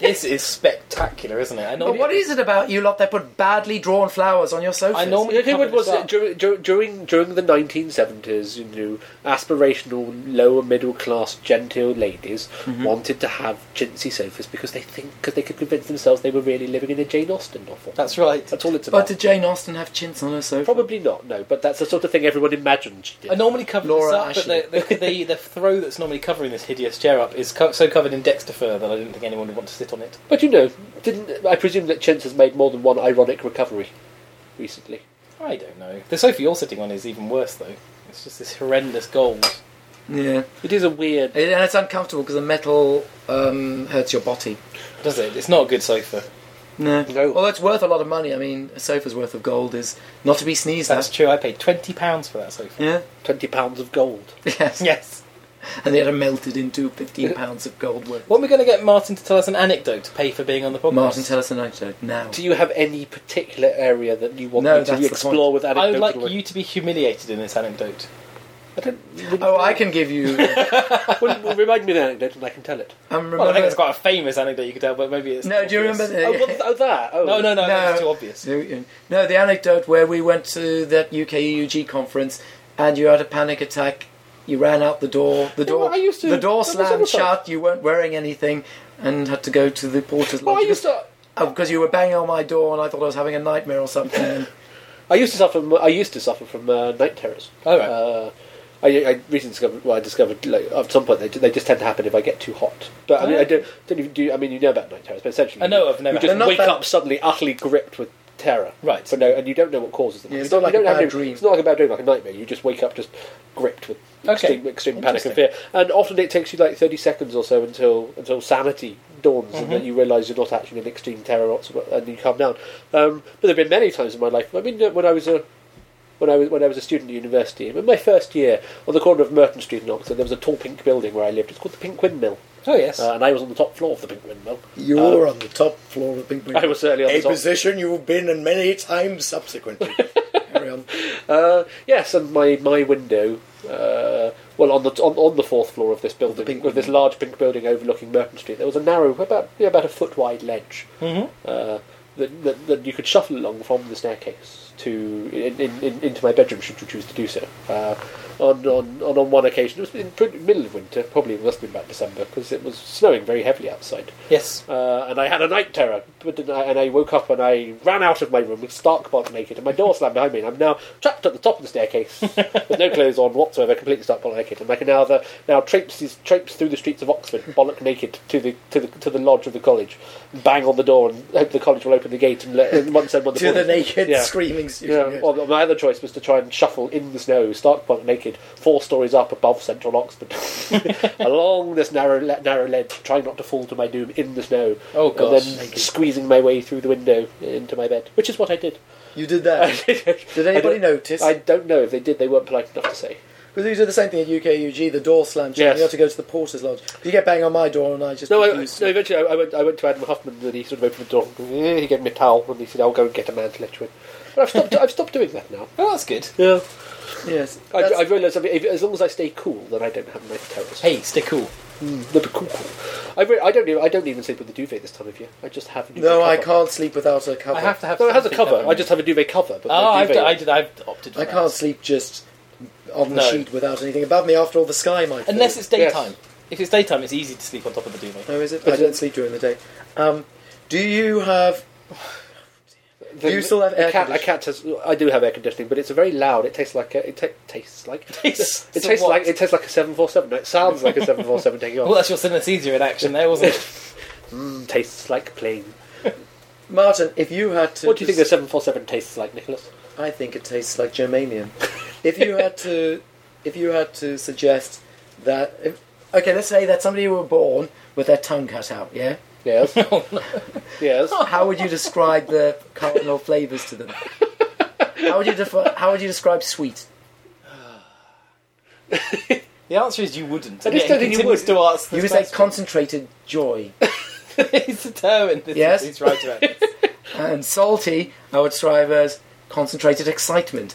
S1: this is spectacular, isn't it? I know.
S2: But what is it about you lot that put badly drawn flowers on your sofas?
S1: I normally-
S3: Yeah, who would- was
S1: Covered
S3: it during, dur- during during the 1970s? You know, aspirational lower middle class genteel ladies wanted to have chintzy sofas because they think because they could convince themselves they were really living in a Jane Austen novel.
S1: That's right.
S3: That's all it's about.
S2: But did Jane Austen have chintz on her sofa?
S3: Probably not. No, but that's the sort of thing everyone imagined she did.
S1: I normally cover
S2: Laura
S1: this up,
S2: Ashley.
S1: but the, the, the, the throw that's normally covering this hideous chair up is co- so covered in Dexter fur that I didn't think anyone would want to sit on it.
S3: But you know, didn't I presume that Chintz has made more than one ironic recovery recently?
S1: I don't know. The sofa you're sitting on is even worse, though. It's just this horrendous gold.
S2: Yeah.
S3: It is a weird.
S2: And it's uncomfortable because the metal um, hurts your body.
S1: Does it? It's not a good sofa.
S2: No.
S3: No.
S2: Although it's worth a lot of money. I mean, a sofa's worth of gold is not to be sneezed
S1: That's
S2: at.
S1: true. I paid twenty pounds for that sofa.
S2: Yeah.
S3: Twenty pounds of gold.
S2: Yes.
S1: Yes.
S2: And they had it melted into 15 pounds of gold worth.
S1: When are we going to get Martin to tell us an anecdote to pay for being on the podcast?
S2: Martin, tell us an anecdote now.
S3: Do you have any particular area that you want
S2: No,
S3: me
S2: that's
S3: to
S2: the
S3: explore with
S1: I would
S3: anecdotal?
S1: like you to be humiliated in this anecdote.
S3: I don't,
S2: Oh, I can give you.
S3: well, well, remind me of the anecdote and I can tell it.
S2: I'm
S1: Well, I think
S2: remembering.
S1: it's quite a famous anecdote you could tell, but maybe it's.
S2: No, do you
S1: obvious.
S2: remember?
S3: Oh, what, oh that. Oh.
S1: No, no, no, that's
S2: No.
S1: too obvious.
S2: So, uh, No, the anecdote where we went to that UK EUG conference and you had a panic attack, you ran out the door, the door,
S3: I used to-
S2: the door
S3: that was
S2: slammed
S3: awesome.
S2: shut, you weren't wearing anything, and had to go to the porter's
S3: Well, I used to.
S2: because oh, you were banging on my door and I thought I was having a nightmare or something.
S3: I used to suffer. I used to suffer from uh, night terrors.
S1: Oh, right.
S3: Uh, I, I recently discovered. Well, I discovered like at some point they, they just tend to happen if I get too hot. But I mean, I don't, don't even do. I mean, you know about night terrors, but essentially,
S1: I know, I've never had
S3: You just
S2: them. They're not
S3: wake
S2: bad.
S3: up suddenly utterly gripped with terror,
S1: Right.
S3: But no, and you don't know what causes them.
S2: Yeah, it's
S3: You
S2: not like
S3: you
S2: a
S3: have
S2: bad
S3: no-
S2: dream.
S3: It's not like a bad dream, like a nightmare. You just wake up just gripped with
S1: Okay.
S3: extreme, extreme panic and
S1: Interesting.
S3: fear. And often it takes you like thirty seconds or so until until sanity dawns and
S4: Mm-hmm.
S3: that you realise you're not actually in extreme terror, or- and you calm down. Um, but there have been many times in my life. I mean, uh, when I was a when I was when I was a student at university. In my first year, on the corner of Merton Street in Oxford, there was a tall pink building where I lived. It's called the Pink Windmill,
S1: Oh yes.
S3: uh, and I was on the top floor of the Pink Windmill. Uh,
S4: You're on the top floor of Pink Wing.
S3: I was certainly on
S4: a
S3: the top.
S4: position you've been in many times subsequently.
S2: Carry on.
S3: Uh, yes, and my my window. Uh, well, on the on, on the fourth floor of this building,
S2: pink
S3: of this large pink building overlooking Merton Street, there was a narrow, about yeah, about a foot wide ledge uh, that, that that you could shuffle along from the staircase to in, in, in, into my bedroom should you choose to do so. Uh, on, on on on one occasion, it was in the middle of winter, probably it must have been about December because it was snowing very heavily outside
S1: yes.
S3: uh, and I had a night terror. But then I, and I woke up and I ran out of my room, stark butt naked, and my door slammed behind me. And I'm now trapped at the top of the staircase with no clothes on whatsoever, completely stark butt naked. And I can now the, now traipse these- traipse through the streets of Oxford, bollock naked, to the to the to the lodge of the college, bang on the door, and hope the college will open the gate and let and once and once
S4: to the naked,
S3: Yeah.
S4: screaming student.
S3: yeah, well, my other choice was to try and shuffle in the snow, stark butt naked, four stories up above central Oxford, along this narrow le- narrow ledge, trying not to fall to my doom in the snow.
S1: Oh,
S3: and
S1: gosh.
S3: then
S1: Naked.
S3: squeezing my way through the window into my bed, which is what I did.
S4: you did that. Did anybody
S3: I don't-
S4: notice?
S3: I don't know if they did. They weren't polite enough to say.
S4: Because you did the same thing at UKUG, the door slammed shut.
S3: Yes.
S4: You had to go to the porter's lodge. You get bang on my door, and I just
S3: No, I, no.
S4: refused to.
S3: Eventually, I, I went. I went to Adam Huffman, and he sort of opened the door. And, "Eh," he gave me a towel, and he said, "I'll go and get a man to let you in." But I've stopped. I've stopped doing that now.
S1: Oh, that's good.
S3: Yeah,
S2: Yes.
S3: I,
S2: That's-
S3: I've realised if- if- as long as I stay cool, then I don't have night terrors.
S1: Hey, stay cool.
S3: The I, re- I don't. Even, I don't even sleep with a duvet this time of year. I just have. A duvet
S4: No, I
S3: cover.
S4: can't sleep without a cover.
S1: I have to have.
S3: No, it has a
S1: something
S3: cover.
S1: covering
S3: I
S1: me.
S3: just have a duvet cover. But
S1: Oh,
S3: no
S1: I've,
S3: duvet.
S1: d- I did, I've opted. For
S4: I
S1: that.
S4: can't sleep just
S2: on the
S1: No.
S2: sheet without anything above me after all the sky might fall.
S1: Unless it's
S3: Yes.
S1: daytime. If it's daytime, it's easy to sleep on top of the duvet.
S2: No, is it?
S3: But
S2: I
S3: it-
S2: don't sleep during the day. Um, do you have...
S3: The-
S2: You still have
S3: the
S2: air
S3: cat, a
S2: conditioning.
S3: cat has, I do have air conditioning, but it's very loud. It tastes like a, it ta- tastes like
S1: Tastes
S3: it tastes
S1: what?
S3: like it tastes like a seven four seven. It sounds like a seven four seven taking
S1: Well, that's
S3: off.
S1: your synesthesia in action there, wasn't it?
S3: Mm, tastes like plane.
S2: Martin, if you had to...
S3: What do you think
S2: des-
S3: the seven four seven tastes like, Nicholas?
S2: I think it tastes like germanium. if you had to, if you had to suggest that, if, okay, let's say that somebody were born with their tongue cut out. Yeah,
S3: Yes, yes.
S2: how would you describe the cardinal flavors to them? How would you defi- How would you describe sweet?
S1: the answer is you wouldn't.
S3: I just don't think you would.
S1: To ask
S2: you would say concentrated joy
S1: he's determined. This
S2: Yes.
S1: he's right about it.
S2: and salty. I would describe as concentrated excitement.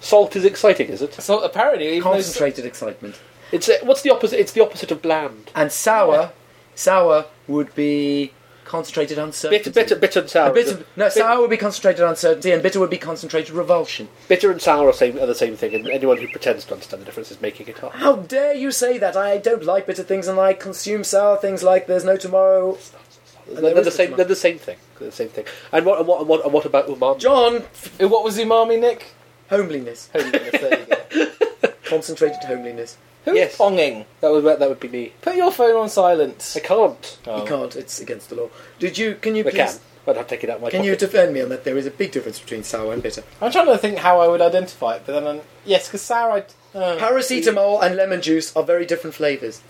S3: Salt is exciting, is it?
S1: So apparently, even though
S2: Concentrated excitement
S3: It's uh, what's the opposite? It's the opposite of bland.
S2: and sour. Sour would be concentrated uncertainty.
S3: Bitter, bitter, bitter and sour.
S2: A bit of, no,
S3: Bit-
S2: sour would be concentrated uncertainty, and bitter would be concentrated revulsion.
S3: bitter and sour are, same, are the same thing, and anyone who pretends to understand the difference is making it up.
S2: How dare you say that? I don't like bitter things, and I consume sour things like there's no tomorrow.
S3: They're,
S2: there
S3: the
S2: is
S3: same.
S2: bitter.
S3: They're the same thing. They're the same thing. And what? And what? And what, and what about umami?
S2: John,
S1: what was umami, Nick?
S2: homeliness,
S1: Homeliness, there you go.
S2: concentrated homeliness.
S1: Who's
S3: Yes.
S1: ponging?
S3: That would that would be me.
S1: Put your phone on silent.
S3: I can't.
S1: Oh.
S2: You can't. It's against the law. Did you? Can you
S3: I can.
S2: please?
S3: I'd have to take it out of my
S2: Can
S3: pocket.
S2: you defend me on that? There is a big difference between sour and bitter.
S1: I'm trying to think how I would identify it, but then, i yes, because sour, I. Uh,
S2: Paracetamol and lemon juice are very different flavors.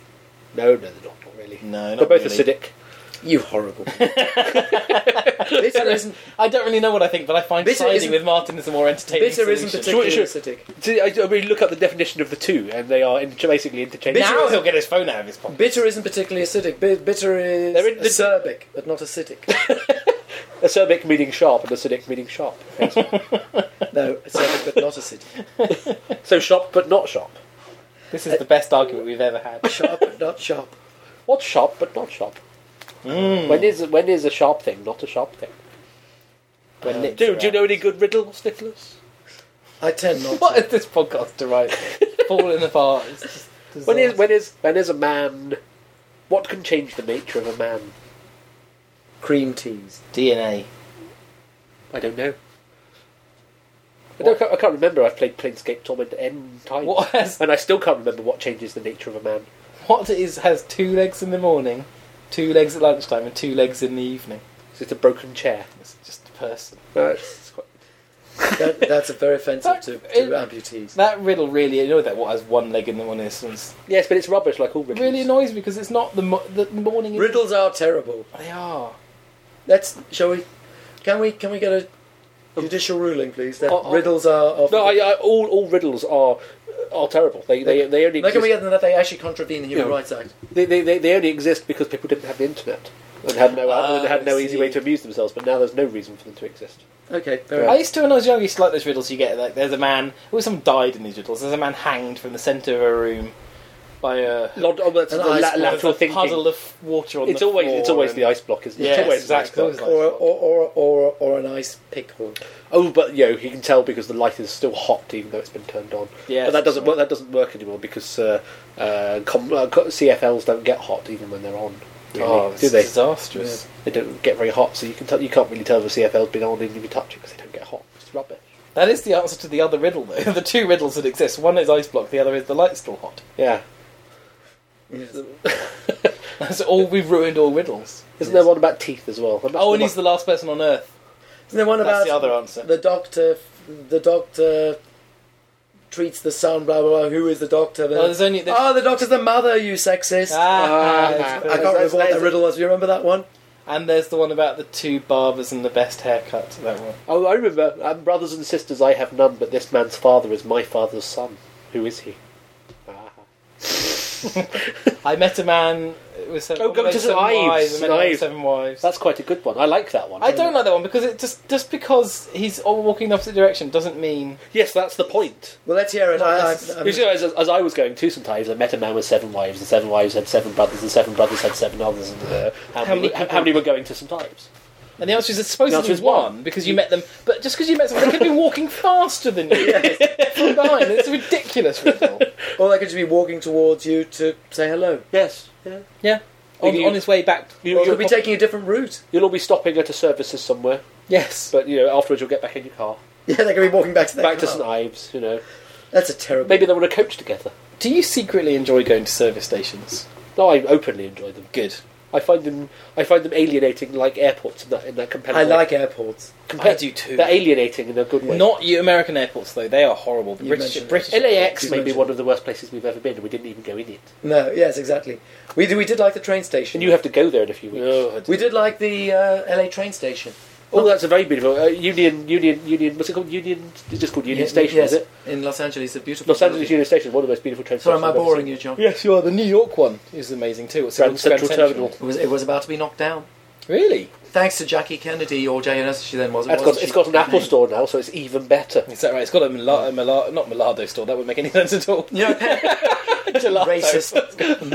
S3: No, no, they're not, not really.
S1: No, not
S3: they're both
S1: really.
S3: acidic.
S2: You horrible. bitter isn't.
S1: I don't really know what I think, but I find
S2: Bitter
S1: siding
S2: isn't-
S1: with Martin is a more entertaining.
S2: Bitter isn't
S1: solution.
S2: particularly
S3: Sure, sure.
S2: acidic.
S3: See, I, I really look up the definition of the two, and they are inter- basically interchangeable.
S2: Bitter
S1: Now
S2: is-
S1: he'll get his phone out of his pocket.
S2: Bitter isn't particularly acidic. Bi- bitter is
S3: They're in-
S2: acerbic, but not acidic.
S3: Acerbic meaning sharp, and acidic meaning sharp.
S2: no, acerbic, but not acidic.
S3: so sharp, but not sharp.
S1: This is the best argument we've ever had.
S2: Sharp, but not sharp.
S3: What's sharp, but not sharp?
S2: Hmm.
S3: When is when is a sharp thing not a sharp thing?
S1: When Nick's
S3: Do, do you
S1: around.
S3: know any good riddles, Nicholas?
S2: I tend not.
S1: What
S2: to.
S1: is this podcast to write? Falling apart. It's just
S3: When is
S1: disaster.
S3: when is when is a man? What can change the nature of a man?
S2: cream teas?
S1: DNA?
S3: I don't know. I, don't, I can't remember. I've played Planescape Torment n times,
S1: What has
S3: and I still can't remember what changes the nature of a man.
S1: what is has two legs in the morning, two legs at lunchtime, and two legs in the evening?
S3: Is it a broken chair?
S1: It's just a person.
S3: No, it's- it's quite-
S2: That, that's a very offensive to, to
S1: It-
S2: amputees.
S1: That riddle really annoyed that what has one leg in the morning is is-
S3: Yes, but it's rubbish, like all
S1: it
S3: riddles.
S1: really annoys me because it's not the mo- the morning. Is-
S2: Riddles are terrible.
S1: They are.
S2: Let's shall we? Can we can we get a judicial ruling, please? That
S3: Oh, oh.
S2: riddles are. are
S3: No, I, I, all all riddles are are terrible. They they, they only
S2: no,
S3: exist,
S2: can we get them that they actually contravene the Human
S3: Yeah.
S2: Rights Act?
S3: they, they, they, they only exist because people didn't have the internet and had no
S1: Ah,
S3: and had no
S1: I
S3: easy
S1: see.
S3: way to amuse themselves. But now there's no reason for them to exist.
S2: Okay, fair
S1: I
S2: enough.
S1: used to, when I was young, I used to like those riddles you get. Like, there's a man, well, some died in these riddles. There's a man hanged from the centre of a room by a,
S3: Lot oh, that's
S2: An
S3: the la-
S2: ice block,
S1: there's a
S3: lateral thinking.
S1: puddle of water on
S3: it's
S1: the
S3: always
S1: floor.
S3: it's always
S1: and-
S3: the ice block, isn't it?
S1: Yes,
S3: it's always the ice
S1: exactly.
S3: block.
S1: Always
S2: Or, or, or, or, or an ice pickle.
S3: Oh, but you know, he can tell because the light is still hot, even though it's been turned on.
S1: Yes,
S3: but that doesn't
S1: that's
S3: work. That doesn't work anymore because uh, uh, com- uh, co- CFLs don't get hot even when they're on. Really,
S1: Oh, it's
S3: do they?
S1: disastrous.
S3: they don't get very hot, so you can tell you can't really tell if a CFL's been on even if you touch it because they don't get hot. It's rubbish.
S1: That is the answer to the other riddle, though. the two riddles that exist. One is ice block, the other is the light's still hot.
S3: Yeah,
S1: That's all we've ruined all riddles.
S3: isn't there one about teeth as well? That's
S1: Oh, and
S3: the
S1: he's the last person on Earth.
S2: Isn't there one
S1: That's
S2: about
S1: the other answer.
S2: the doctor? The doctor treats the son. Blah blah. blah. Who is the doctor?
S1: Oh, there's only the-
S2: Oh, the doctor's the mother. You sexist.
S1: Ah,
S3: Ah,
S1: it's-
S2: I can't remember what that riddle was. Do you remember that one?
S1: And there's the one about the two barbers and the best haircut. That one.
S3: one- Oh, I remember. Um, brothers and sisters, I have none, but this man's father is my father's son. Who is he? Ah.
S1: I met a man with seven,
S3: Oh, go
S1: with
S3: to
S1: seven
S3: Ives,
S1: wives. I met a man with
S3: Ives.
S1: seven wives.
S3: That's quite a good one. I like that one.
S1: I don't like that one because it just just because he's all walking in the opposite direction doesn't mean
S3: Yes, that's the point.
S2: Well, let's hear it.
S1: Not
S2: I, I,
S1: necess-
S2: I'm-
S3: You see, as, as I was going to sometimes, I met a man with seven wives, and seven wives had seven brothers, and seven brothers had seven others, and uh, how,
S1: How
S3: many,
S1: many
S3: how many were going to St Ives?
S1: And the answer is it's supposed to
S3: The answer
S1: be
S3: is one.
S1: one because you met them, but just because you met someone, they could be walking faster than you. Full nine. It's ridiculous. Riddle.
S2: Or they could just be walking towards you to say hello.
S3: Yes. Yeah.
S1: Yeah, on,
S3: You-
S1: on his way back.
S3: You,
S2: Or
S3: will
S2: could be taking a different route.
S3: you'll all be stopping at a services somewhere,
S1: Yes,
S3: but you know afterwards you'll get back in your car,
S2: Yeah, they could be walking back to their
S3: back to
S2: car.
S3: St Ives. You know,
S2: That's a terrible.
S3: maybe they'll want to coach together.
S1: do you secretly enjoy going to service stations?
S3: No, I openly enjoy them.
S1: Good.
S3: I find them, I find them alienating, like airports in that in that
S2: I
S3: competitive.
S2: like airports.
S1: I do too.
S3: They're alienating in a good way.
S1: Not you American airports though; they are horrible. The
S2: You
S1: British,
S2: mentioned
S1: British
S3: LAX
S2: You
S3: may be
S2: mentioned-
S3: one of the worst places we've ever been, and we didn't even go in it.
S2: No, yes, exactly. We did, we did like the train station.
S3: And you have to go there in a few weeks.
S1: Oh,
S2: we did like the uh, LA train station.
S3: Oh, that's a very beautiful uh, Union, Union, Union. What's it called? Union. It's just called Union
S2: Yeah,
S3: Station,
S2: yes,
S3: is it?
S2: In Los Angeles, a beautiful.
S3: Los Angeles Union Station is one of the most beautiful train
S2: Sorry,
S3: stations.
S2: am I
S3: I've ever
S2: boring
S3: seen.
S2: you, John?
S1: yes, you are. The New York one is amazing too. It's
S3: Grand
S1: called
S3: Central Terminal.
S2: It was, it was about to be knocked down.
S1: Really?
S2: Thanks to Jackie Kennedy, or Jay as she then was. It
S3: It's
S2: was
S3: got, it's got an Apple store now, so it's even better.
S1: Is that right? It's got a Mila- a Mila- not Milado store. That would make any sense at all.
S2: You know,
S1: Gelato.
S2: racist.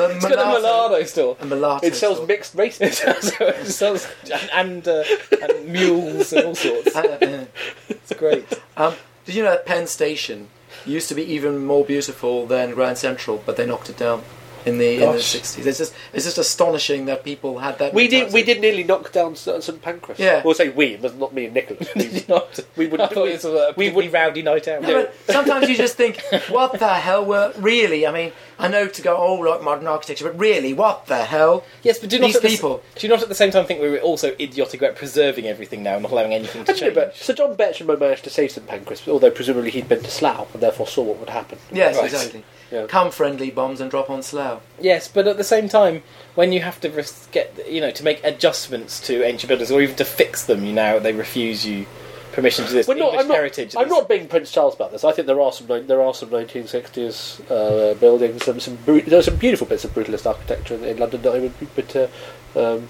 S1: It's got a Milado store.
S2: A mulatto.
S3: It sells
S2: store.
S3: mixed race.
S1: It sells, it sells and, uh, and mules and all sorts.
S2: Uh,
S1: It's great.
S2: um, did you know that Penn Station used to be even more beautiful than Grand Central, but they knocked it down in the in the
S1: Gosh.
S2: sixties? It's just it's just astonishing that people had that.
S3: We did, we
S2: mentality.
S3: did nearly knock down St St Pancras.
S2: Yeah.
S3: Well, say we, but not me and Nicholas.
S1: Did you not?
S3: We would-
S1: I thought
S3: we-
S1: it was a
S3: we
S1: we
S3: would-
S1: would rowdy night out.
S2: No, but sometimes you just think, what the hell? Were really? I mean, I know to go, oh, like modern architecture, but really, what the hell?
S1: Yes, but do not
S2: These
S1: at the s-
S2: people.
S1: do you not at the same time think we were also idiotic about preserving everything now, not allowing anything to
S3: Actually,
S1: change?
S3: but Sir John Betjeman managed to save St Pancras, although presumably he'd been to Slough and therefore saw what would happen.
S2: Yes,
S1: Right.
S2: exactly.
S3: Yeah.
S2: Come friendly bombs and drop on Slough.
S1: Yes, but at the same time, when you have to res- get you know to make adjustments to ancient buildings or even to fix them, you now they refuse you permission to this
S3: We're not,
S1: English
S3: I'm, not,
S1: heritage.
S3: I'm
S1: this-
S3: not being Prince Charles about this. I think there are some nine- there are some 1960s uh, buildings, some some bru- there are some beautiful bits of brutalist architecture in, in London. That I would, but uh, um,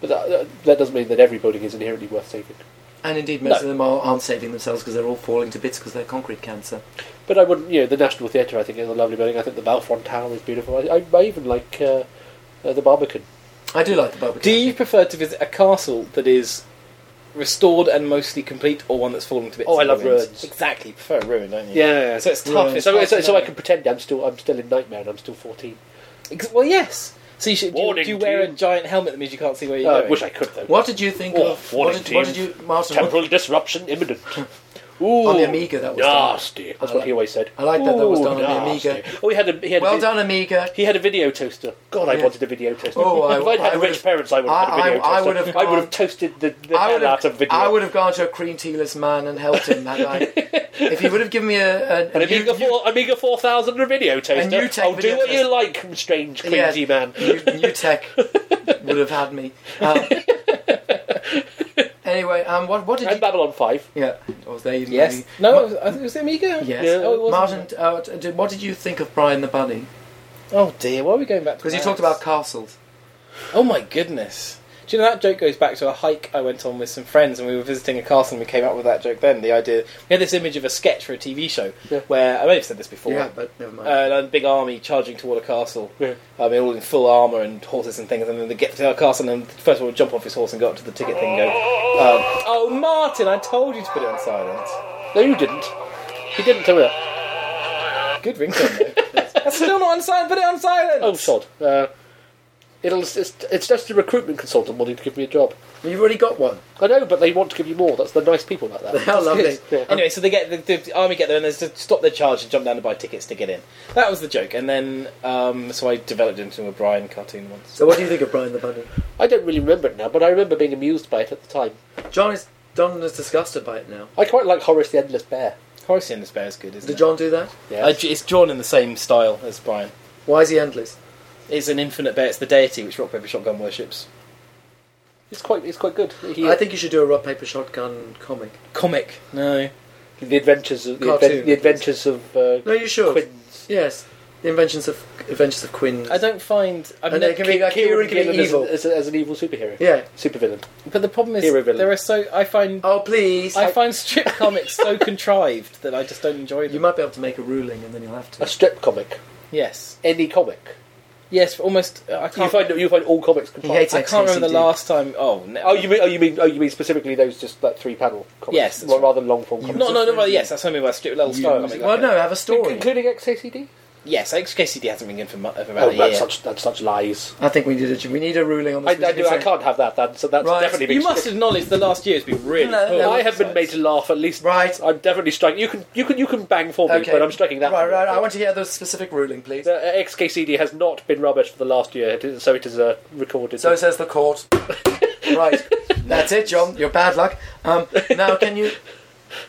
S3: but that, that doesn't mean that every building is inherently worth saving.
S2: And indeed, most
S1: No.
S2: of them are, aren't saving themselves because they're all falling to bits because they're concrete cancer.
S3: But I wouldn't, you know, the National Theatre. I think is a lovely building. I think the Balfour Tower is beautiful. I, I, I even like uh, uh, the Barbican.
S2: I do like the Barbican.
S1: Do you prefer to visit a castle that is restored and mostly complete, or one that's fallen to bits?
S3: Oh, I
S1: and
S3: love
S1: ruined?
S3: ruins.
S1: Exactly, you prefer a ruin, don't you?
S3: Yeah.
S1: So
S3: So,
S1: it's tough.
S2: Ruins.
S1: It's
S3: so,
S1: hard
S3: so,
S1: to
S3: so
S1: know.
S3: I can pretend I'm still I'm still in Nightmare and I'm still 14.
S1: Ex- Well, yes. So you should do, you-
S3: Warning
S1: do you
S3: to
S1: wear a
S3: you.
S1: giant helmet that means you can't see where you're
S3: Uh, I
S1: going?
S3: wish I could though.
S2: What did you think
S3: Oh,
S2: of? What did, what
S3: Warrington.
S2: did you, Martin? what-
S3: Temporal disruption imminent. Ooh,
S2: On the Amiga, that was done.
S3: nasty. That's what he always said.
S2: I like that that was
S3: Ooh,
S2: done on the
S3: nasty.
S2: Amiga.
S3: Oh, he had a he had a
S2: Well
S3: vid-
S2: done, Amiga.
S3: He had a video toaster. God, I
S2: Yeah.
S3: wanted a video toaster.
S2: Oh, I-
S3: if I'd had
S2: I
S3: rich
S2: would've-
S3: parents, I would have had a
S2: I-
S3: video
S2: I- I
S3: toaster.
S2: would've
S3: I would
S2: gone-
S3: have toasted the, the
S2: I would,
S3: hell out of
S2: have,
S3: video.
S2: I would have gone to a cream tealess man and helped him. Had I, if he would have given me a, a,
S3: An
S2: a
S3: Amiga,
S2: new-
S3: four, Amiga 4000 and a video toaster.
S2: new tech
S3: I'll do
S2: video
S3: what you
S2: toaster.
S3: like, strange,
S2: Yeah.
S3: cringy man.
S2: new, new tech would have had me. Um, anyway, um, what what did
S3: And
S2: you?
S3: Babylon 5.
S2: Yeah, I was there. You
S1: Yes.
S2: maybe-
S1: No, I think it was the Amiga.
S2: Yes.
S3: Yeah.
S1: Oh, it
S2: Martin,
S1: wasn't.
S2: uh, t- did- what did you think of Brian the Bunny?
S1: Oh dear, why are we going back to
S2: Because you
S1: that?
S2: talked about castles.
S1: Oh my goodness. Do you know that joke goes back to a hike I went on with some friends and we were visiting a castle and we came up with that joke then. The idea we had this image of a sketch for a TV show
S3: Yeah.
S1: where I may have said this before.
S2: but never mind.
S1: Uh, and a big army charging toward a castle.
S3: Yeah.
S1: I mean, all in full armour and horses and things, and then they get to our castle, and then the first one would jump off his horse and go up to the ticket thing and go, um, Oh, Martin, I told you to put it on silent.
S3: No, you didn't. He didn't tell me that.
S1: Good ringtone, though. That's still not on silent, put it on silent!
S3: Oh, sod. Uh, it'll, it's, it's just a recruitment consultant wanting to give me a job.
S2: You've already got one.
S3: I know, but they want to give you more. That's the nice people like that.
S2: How lovely.
S3: Yeah.
S1: Anyway, so they get the, the army get there and they just stop their charge and jump down to buy tickets to get in. That was the joke, and then um, so I developed it into a Brian cartoon once.
S2: So, what do you think of Brian the Bunny?
S3: I don't really remember it now, but I remember being amused by it at the time.
S2: John is Don is disgusted by it now.
S3: I quite like Horace the Endless Bear.
S1: Horace the Bear is good, isn't
S2: Did
S1: it?
S2: John do that?
S1: Uh, it's drawn in the same style as Brian.
S2: Why is he endless?
S1: It's an infinite bear. It's the deity which Rock Paper Shotgun worships.
S3: it's quite it's quite good. He,
S2: I think you should do a rock paper shotgun comic.
S1: Comic? No.
S3: the adventures of the,
S2: Cartoon.
S3: adven- the adventures of uh,
S2: No, you should.
S3: Quinns.
S2: Yes, the inventions of inventions of Quinn.
S1: I don't find. I mean,
S2: And they can be like Kieran can
S3: Gillen
S2: be
S3: as,
S2: evil.
S3: As, a- as an evil superhero,
S2: Yeah.
S3: supervillain.
S1: but the problem
S3: Hero
S1: is
S3: villain.
S1: there are so I find
S2: Oh please!
S1: I find strip comics so contrived that I just don't enjoy them.
S2: you might be able to make a ruling, and then you'll have
S3: A
S2: to.
S3: strip comic,
S1: yes.
S3: any comic.
S1: Yes, almost. uh, I
S3: You
S1: can't.
S3: find you find all comics
S2: He
S3: compiled.
S2: hates
S1: I can't remember the
S2: XKCD.
S1: last time. Oh, no.
S3: Oh, you mean oh you mean oh you mean specifically those just that three panel comics?
S1: Yes, that's
S3: Ra-
S1: right.
S3: rather long form comics.
S1: no, no, no, well, yes, that's something about Strip Little Star.
S3: You-
S1: comic,
S2: Well,
S1: okay.
S2: no, have a story.
S3: including XACD.
S1: Yes, XKCD hasn't been in for, mu- for
S3: Oh,
S1: about a
S3: that's
S1: year.
S3: such that's such lies.
S2: I think we need a we need a ruling on
S3: I,
S2: this.
S3: I, do, I can't have that. That so that's
S2: Right.
S3: definitely. Been
S1: You must acknowledge the last year has been really
S2: No,
S1: poor.
S2: no,
S3: I have been made to laugh at least.
S2: Right.
S3: I'm definitely striking. You can you can you can bang for me,
S2: Okay.
S3: but I'm striking that.
S2: Right,
S3: one.
S2: right. I want to hear the specific ruling, please.
S3: The uh, XKCD has not been rubbish for the last year, it is, so it is uh, recorded.
S2: So says the court. right. That's it, John. You're bad luck. Um, now, can you?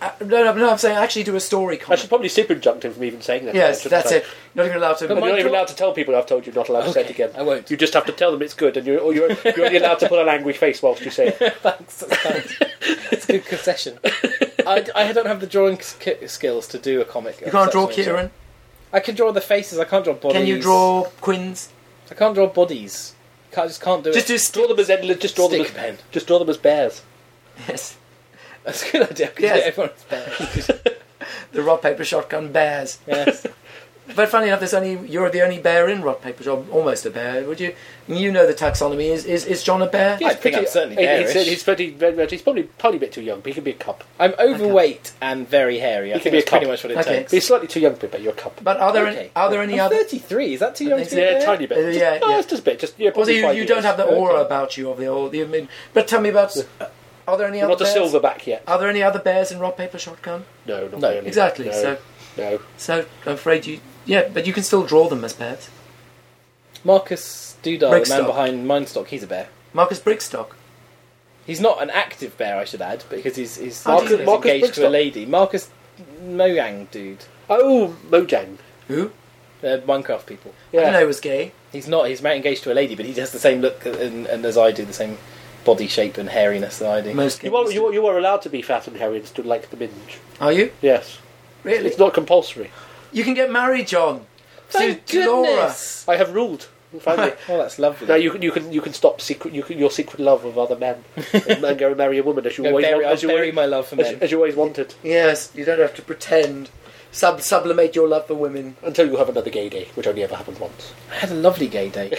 S2: Uh, no, no, no. I'm saying actually do a story
S3: I
S2: comic.
S3: should probably super injunct him from even saying that.
S2: yes,
S3: shouldn't
S2: that's
S3: I?
S2: it. Not even allowed to.
S3: You're not even allowed to tell people I've told you not allowed to say it
S1: Okay,
S3: again.
S1: I won't.
S3: You just have to tell them it's good, and you're, or you're, you're only allowed to put an angry face whilst you say it.
S1: Thanks, that's kind. it's a good concession. I, I don't have the drawing sk- skills to do a comic.
S2: you can't draw
S1: That's what I'm
S2: Kieran.
S1: saying. I can draw the faces. I can't draw bodies.
S2: Can you draw Quinns?
S1: I can't draw bodies. Can't- I just can't do
S2: Just
S1: it.
S2: do
S3: Draw
S2: still.
S3: them as endless. Just draw them.
S1: Stick
S3: As,
S1: pen.
S3: Just draw them as bears.
S2: Yes.
S1: That's a good idea. I could
S2: Yes.
S1: do everyone's bears.
S2: The rock paper shotgun bears.
S1: yes.
S2: But funny enough, there's only you're the only bear in rock paper job. Almost a bear. Would you? You know the taxonomy. Is is, is John a bear?
S1: Yeah. I think I'm certainly
S3: he- he's,
S1: bearish.
S3: he's pretty. very much- He's probably tiny bit too young. But he can be a cub.
S1: I'm overweight and very hairy. I
S3: You can
S1: think
S3: be a
S1: that's pretty
S3: cup.
S1: much what it
S2: Okay.
S1: takes.
S3: He's slightly too young, but you're a cub.
S2: But are there any,
S1: Okay.
S2: are there any
S1: I'm
S2: other?
S1: 33. Is that too young
S2: think
S1: to
S2: so.
S1: be a
S3: Yeah,
S1: bear?
S3: tiny bit.
S2: Uh,
S3: Just-
S2: yeah,
S3: oh,
S2: yeah.
S3: it's just a bit. Just yeah,
S2: Well,
S3: probably
S2: you,
S3: five
S2: you don't
S3: years.
S2: have the aura
S3: Okay.
S2: about you of the old. You mean, but tell me about. Are there any
S3: You're
S2: other
S3: not a
S2: bears?
S3: silverback yet.
S2: Are there any other bears in rock paper shotgun?
S3: No, not
S1: No,
S3: really.
S2: Exactly.
S3: No,
S2: So,
S3: no.
S2: so I'm afraid you. Yeah, but you can still draw them as bears.
S1: Marcus Dudar, the man
S2: Brickstock.
S1: behind Mindstock, he's a bear.
S2: Marcus Brickstock.
S1: He's not an active bear, I should add, because he's, he's,
S2: How do you
S1: he's
S3: know? Marcus
S1: engaged to a
S3: Brickstock.
S1: lady. Marcus Mojang dude.
S3: Oh, Mojang.
S2: Who?
S1: Uh, Minecraft people.
S2: I didn't
S3: Yeah.
S2: know he was gay.
S1: He's not. He's engaged to a lady, but he has the same look and, and as I do, the same body shape and hairiness that I do.
S2: Most
S3: You
S2: gays
S3: are, you, are, you are allowed to be fat and hairy and still like the minge.
S2: do. Are you
S3: Yes.
S2: really?
S3: It's not compulsory.
S2: You can get married, John.
S1: Thank
S2: to Laura.
S1: goodness!
S3: I have ruled. Finally.
S1: Well, that's lovely.
S3: Now you can you can you can stop secret you can, your secret love of other men and then go and marry a woman as you
S1: Go
S3: always
S1: bury,
S3: want,
S1: I'll
S3: as, you,
S1: bury
S3: always-
S1: my love for
S3: as, you-
S1: men.
S3: as you always wanted
S2: Yes, you don't have to pretend. Sub sublimate your love for women.
S3: until you have another gay day, which only ever happens once.
S1: I had a lovely gay day.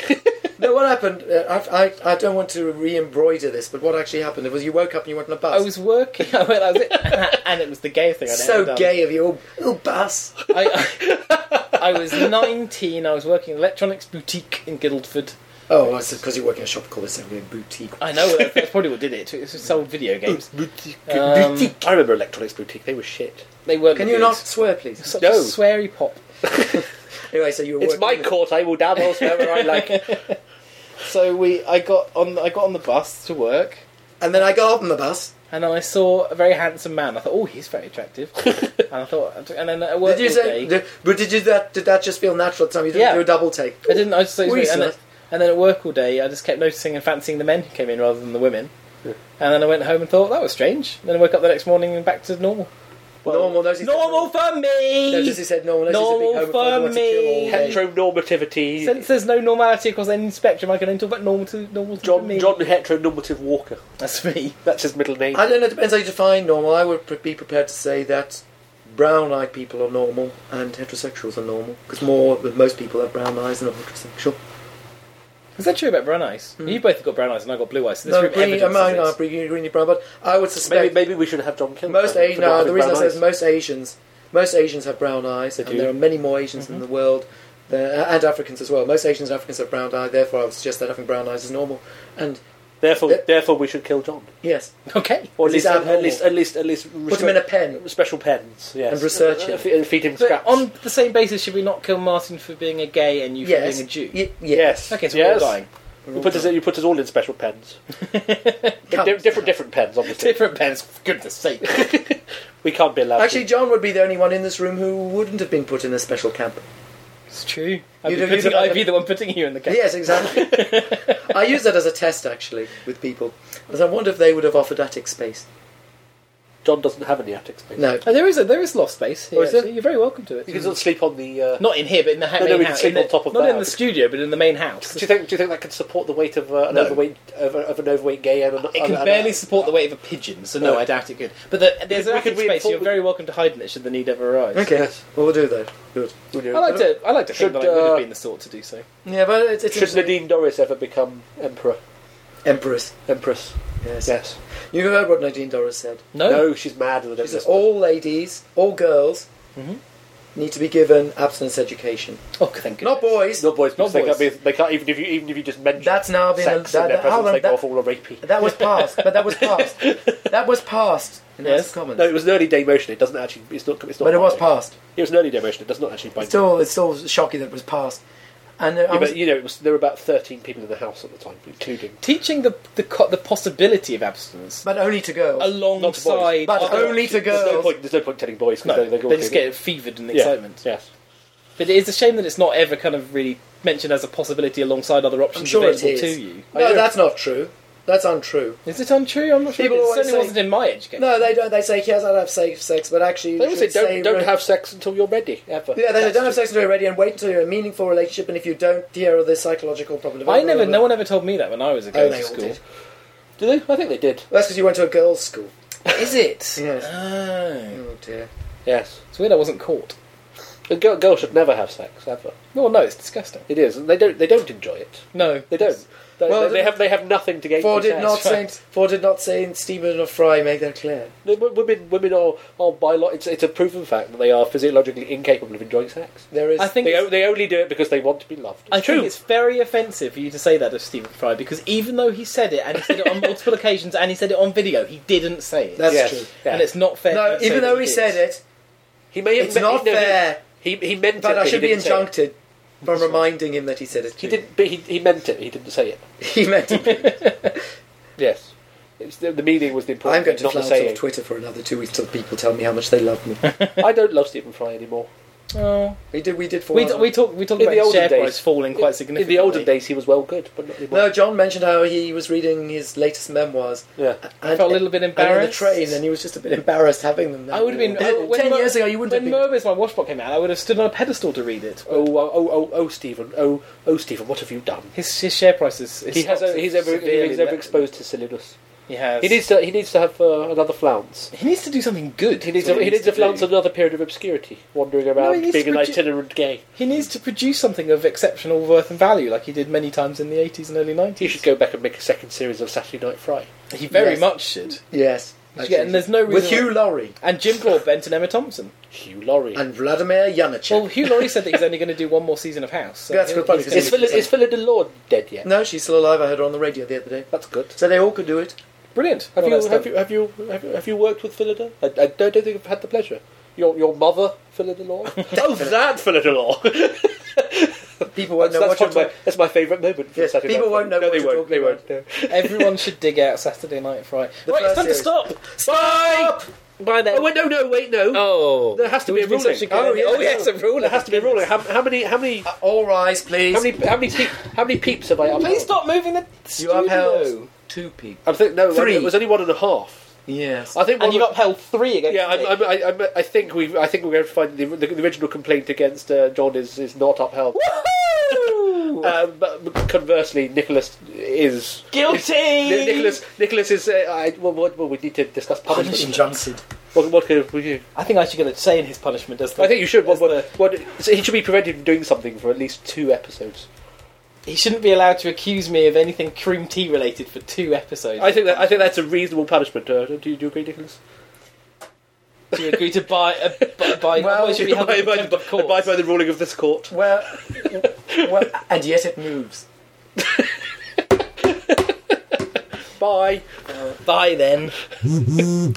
S2: no, what happened? Uh, I, I I don't want to re-embroider this, but what actually happened was you woke up and you went on a
S1: I
S2: bus.
S1: was working, I went, that was it. and it was the gay thing. I'd ever
S2: so
S1: done.
S2: gay of you, oh, oh bus.
S1: I, I, I was 19. I was working in an electronics boutique in Guildford.
S2: Oh, well, it's because you're working in a shop called a boutique.
S1: I know that- that's probably what did it. It was- it sold video games. Um,
S2: boutique.
S3: I remember Electronics Boutique; they were shit.
S1: They weren't.
S2: Can you
S1: good.
S2: not swear, please?
S1: Such a
S3: No.
S1: sweary pop.
S2: Anyway, so you were.
S3: It's
S2: working
S3: my
S2: in-
S3: court. I will damn whatever I like.
S1: So we, I got on. I got on the bus to work,
S2: And then I got up on the bus.
S1: and then I saw a very handsome man. I thought, oh, he's very attractive. and I thought, and then I worked
S2: Did you
S1: all
S2: say?
S1: day.
S2: Did, but did you that? Did that just feel natural? at the time? you didn't
S1: Yeah.
S2: do a double take.
S1: I didn't. I just thought,
S2: Were
S1: and,
S2: you
S1: then,
S2: smart?
S1: and then at work all day, I just kept noticing and fancying the men who came in rather than the women. And then I went home and thought that was strange. Then I woke up the next morning and back to normal.
S2: normal. Notice
S1: Normal for me.
S2: Notice he said normal. Notice
S1: Normal
S2: he's a big homophobe, wants to kill all
S1: for
S2: gay.
S3: Heteronormativity.
S1: Since there's no normality across any spectrum, I can only talk about normal to normal to
S3: John
S1: me.
S3: John Heteronormative Walker.
S1: That's me.
S3: That's his middle name.
S2: I don't know. It depends how you define normal. I would pre- be prepared to say that brown-eyed people are normal and heterosexuals are normal because more most people have brown eyes and are heterosexual.
S1: Is that true about brown eyes? You both have got brown eyes and I got blue eyes. So this
S2: no,
S1: room
S2: green,
S1: evidences
S2: mine
S1: this.
S2: are pretty greeny brown, but I would suspect
S3: maybe maybe we should have John Kilmer.
S2: Most Asian, no, the reason I say is
S3: most.
S2: most Asians, most Asians have brown eyes,
S3: They
S2: and
S3: do.
S2: there are many more Asians in the world, there, and Africans as well. Most Asians and Africans have brown eye, therefore I would suggest that having brown eyes is normal. And
S3: Therefore,
S2: Th-
S3: therefore, we should kill John,
S2: yes,
S1: Okay.
S3: or at
S2: This
S3: least
S2: is
S3: at,
S2: abnormal.
S3: least at least at least
S2: put them in a pen.
S3: special pens, yes,
S2: And research him.
S3: Uh, fe- and feed him
S1: But
S3: scraps.
S1: on the same basis, should we not kill Martin for being a gay and you
S2: Yes,
S1: for being a Jew?
S2: Y- yes.
S3: yes,
S1: Okay, so
S3: yes.
S1: we're all dying.
S3: You put, us, you put us all in special pens, but di- different different pens. Obviously,
S1: Different pens, for goodness sake.
S3: we can't be allowed.
S2: Actually,
S3: to.
S2: John would be the only one in this room who wouldn't have been put in a special camp.
S1: it's true. I'd,
S2: You
S1: be,
S2: don't- you
S1: putting,
S2: don't-
S1: I'd be the one putting you in the game.
S2: Yes, exactly. I use that as a test actually with people, as I wonder if they would have offered attic space.
S3: John doesn't have any attic space.
S2: No.
S1: Oh, there is a there is loft space. Here,
S3: Oh, is there?
S1: actually. You're very welcome to it.
S3: You can sort of sleep on the. Uh,
S1: Not in here, but in the ha-
S3: No, no,
S1: main
S3: we can
S1: house.
S3: sleep
S1: in the-
S3: on top of
S1: not
S3: that.
S1: in the studio, but in the main house.
S3: do you think? Do you think that can support the weight of uh, an
S2: No.
S3: overweight of, a- of an overweight gay and an,
S1: It can
S3: and,
S1: barely support the weight of a pigeon, so no,
S3: No.
S1: I doubt it could. But the, there's an
S3: we
S1: attic
S3: could
S1: space.
S3: reinforce-
S1: You're very welcome to hide in it should the need ever arise.
S2: Okay,
S3: Yes.
S2: well, we'll do that. Good.
S3: And,
S1: I like to. I like to think
S3: Should,
S1: that I would have
S3: uh,
S1: been the sort to do so.
S2: Yeah, but it's, it's
S3: Should Nadine Doris ever become emperor?
S2: Empress.
S3: Empress?
S2: Yes.
S3: Yes.
S2: You heard what Nadine Doris said.
S1: No.
S3: No, she's mad at
S2: She said
S3: Elizabeth.
S2: all ladies, all girls,
S3: Mm-hmm.
S1: Mhm.
S2: need to be given abstinence education.
S1: Oh, thank
S2: Not
S1: goodness.
S2: boys.
S3: Not boys.
S1: Not
S3: because They,
S1: boys.
S3: can't be, they can't even if you even if you just mention
S2: That's now been
S3: sex
S2: that,
S3: in their
S2: that- how
S3: presence,
S2: long-
S3: they go
S2: that-
S3: off all a rapey.
S2: that was passed, but that was passed. That was passed in the House
S1: Yes.
S2: of Commons.
S3: No, it was an early day motion. It doesn't actually. It's not. It's not.
S2: but it was
S3: binding.
S2: passed.
S3: It was an early day motion. It does not actually bind.
S2: It's still, it's still shocking that it was passed. And uh, I
S3: Yeah,
S2: was,
S3: but you know, it was, there were about thirteen people in the house at the time, including.
S1: Teaching the the, co- the possibility of abstinence
S2: but only to girls.
S1: alongside.
S2: But
S1: other-
S2: only to
S3: There's no
S2: girls.
S3: point. There's no point telling boys because
S1: No,
S3: they, they,
S1: they just get fevered in
S3: Yeah.
S1: excitement.
S3: Yes.
S1: But it is a shame that it's not ever kind of really mentioned as a possibility alongside other options
S2: sure it
S1: available
S2: is.
S1: to you.
S3: I
S2: No,
S3: don't-
S2: that's not true. That's untrue.
S1: Is it untrue? I'm not sure.
S2: People
S1: it
S2: always
S1: certainly
S2: say-
S1: wasn't in my education.
S2: No, they don't. They say yes, I'll have safe sex, but actually, you
S3: They always say
S2: should
S3: don't don't
S2: re-
S3: have sex until you're ready. Ever.
S2: Yeah, they say,
S3: That's
S2: don't have
S3: just-
S2: sex until you're ready, and wait until you're in a meaningful relationship. And if you don't, here are the psychological problems.
S1: I never. No one ever told me that when I was a
S2: Oh,
S1: girl
S2: they
S1: at
S2: all
S1: school.
S2: did.
S3: Do they? I think they did.
S2: That's because you went to a girls' school.
S1: Is it?
S2: Yes.
S1: Oh.
S2: Oh dear.
S3: Yes.
S1: It's weird I wasn't caught.
S3: A girl, girl should never have sex ever.
S1: Well, no, it's disgusting.
S3: It is, and they don't. They don't enjoy it.
S1: No,
S3: They don't. They,
S2: Well,
S3: they, they have. They have nothing to gain.
S2: Ford
S3: from
S2: did
S3: sex.
S2: not
S1: right.
S2: Saint Ford did not Saint Stephen or Fry make that clear.
S3: No, w- Women, women are, are by lot. It's, it's a proven fact that they are physiologically incapable of enjoying sex.
S2: There is.
S1: I think
S3: They,
S1: it's-
S3: o- they only do it because they want to be loved.
S1: I think it's very offensive for you to say that of Stephen Fry because even though he said it and he said it on multiple occasions and he said it on video, he didn't say it.
S2: That's
S3: Yes.
S2: true.
S3: Yeah.
S1: And it's not fair.
S2: No,
S1: to say
S2: even
S1: that
S2: though he
S1: did.
S2: said it,
S3: he may have
S2: it's
S3: meant-
S2: not
S3: no, he-
S2: fair.
S3: He, he meant
S2: In fact,
S3: it.
S2: I
S3: but
S2: should
S3: he
S2: be
S3: didn't say it.
S2: injuncted from reminding him that he said it.
S3: He
S2: too.
S3: didn't. But he, he meant it. He didn't say it.
S2: He meant. it.
S3: Yes. It's the, the meaning was the important.
S2: I'm going
S3: thing,
S2: to
S3: not the
S2: flounce off
S3: saying.
S2: Twitter for another two weeks till people tell me how much they love me.
S3: I don't love Stephen Fry anymore.
S1: Oh.
S2: we did. We did. Four
S1: We, t- we talked we talked
S3: In
S1: about
S3: the
S1: his
S3: olden
S1: share
S3: days-
S1: price falling quite
S3: In
S1: significantly.
S3: the olden days, he was well good, but not anymore.
S2: No, John mentioned how he was reading his latest memoirs.
S3: Yeah.
S1: I
S2: And,
S1: felt a little bit
S2: and on the
S1: embarrassed.
S2: train, and he was just a bit embarrassed having them.
S1: I would have been.
S2: Uh,
S1: I- when
S2: ten
S1: Mer-
S2: years ago. You wouldn't have
S1: When
S2: been.
S1: Mervis, my watchbot, came out, I would have stood on a pedestal to read it.
S3: Oh, oh, oh, oh, oh, Stephen. Oh, oh, Stephen. What have you done?
S1: His, his share price is. is
S3: He has.
S1: so-
S3: He's ever.
S1: severely
S3: He's ever
S1: let-
S3: exposed to silliness.
S1: He has.
S3: He needs to. He needs to have uh, another flounce.
S1: He needs to do something good.
S3: He needs.
S1: is
S3: A,
S1: what
S3: he needs a
S1: to
S3: flounce
S1: do.
S3: another period of obscurity, wandering
S1: No,
S3: around
S1: he needs
S3: being
S1: to
S3: an
S1: produ-
S3: itinerant gay.
S1: He needs to produce something of exceptional worth and value, like he did many times in the 80s and early 90s.
S3: He should go back and make a second series of Saturday Night Fry.
S1: He very
S2: Yes.
S1: much should.
S2: Yes.
S1: Yeah, and there's no reason
S2: with
S1: why-
S2: Hugh Laurie
S1: And Jim Broadbent and Emma Thompson.
S3: Hugh Laurie.
S2: and Vladimir Yanacek.
S1: Well, Hugh Laurie said that he's only going to do one more season of House. So
S2: That's
S1: he'll-
S2: good point,
S1: he's
S3: is
S1: gonna-
S2: because-
S3: Phila, is Phila Delord dead yet?
S2: no, she's still alive. I heard her on the radio the other day.
S3: That's good.
S2: So they all could do it.
S1: Brilliant.
S2: Well,
S3: Have, you,
S2: that's
S3: have
S2: done.
S3: you have you have you have you worked with Phila Del- I, I don't, don't think I've had the pleasure. Your your mother, Phila Delord. oh, that Phila Delord.
S2: People won't
S3: So
S2: know
S3: that's,
S2: what
S3: one of
S2: you're
S3: my, that's my favourite moment. from
S2: Yes,
S3: Saturday
S2: people
S3: Night
S2: won't
S3: Live.
S2: know
S3: No,
S2: what
S3: they
S2: you're
S3: won't. They won't.
S2: talking
S1: Everyone should dig out Saturday Night Fry.
S2: The
S1: right, it's
S2: first
S1: time to
S2: series.
S1: stop.
S3: Stop!
S1: Bye then.
S3: Oh wait, no, no, wait, no.
S1: Oh.
S3: There has to
S1: Would
S3: be a
S1: have been
S3: ruling.
S1: such a good
S3: Oh,
S1: idea.
S3: yeah.
S1: Oh, yes, a ruling.
S3: There has to be a ruling. How, how many? How many?
S2: Uh, all rise, please.
S3: How many? How many? Peep, how many peeps have I upheld?
S1: Please stop moving the
S2: you
S1: studio.
S2: upheld two people.
S3: I think no.
S2: Three.
S3: It was only one and a half.
S2: Yes.
S3: I think.
S1: And
S3: one
S1: you've upheld three against
S3: yeah,
S1: me.
S3: I'm, I'm, I, I'm, I think we. I think we're going to find the, the, the original complaint against uh, John is, is not upheld.
S1: Woohoo!
S3: Um, but conversely, Nicholas is
S1: Guilty!
S3: Ni- Nicholas. Nicholas is. Uh, I, well, what, well, we need to discuss
S2: Punishing
S3: punishment.
S2: Johnson.
S3: What, what could we do?
S1: I think I should get a say in his punishment, does
S3: I think you should. What,
S1: That's
S3: what, what, so he should be prevented from doing something for at least two episodes.
S1: He shouldn't be allowed to accuse me of anything cream tea related for two episodes.
S3: I think that I think that's a reasonable punishment. Uh, do, you, do you agree, Nicholas?
S1: Do you agree to buy a buy? buy
S2: Well,
S1: why should we have
S3: Abide
S1: a
S3: by,
S1: contempt of
S3: abide
S1: court?
S3: by the ruling of this court.
S2: Well, well, and yet it moves.
S3: Bye.
S1: Bye then.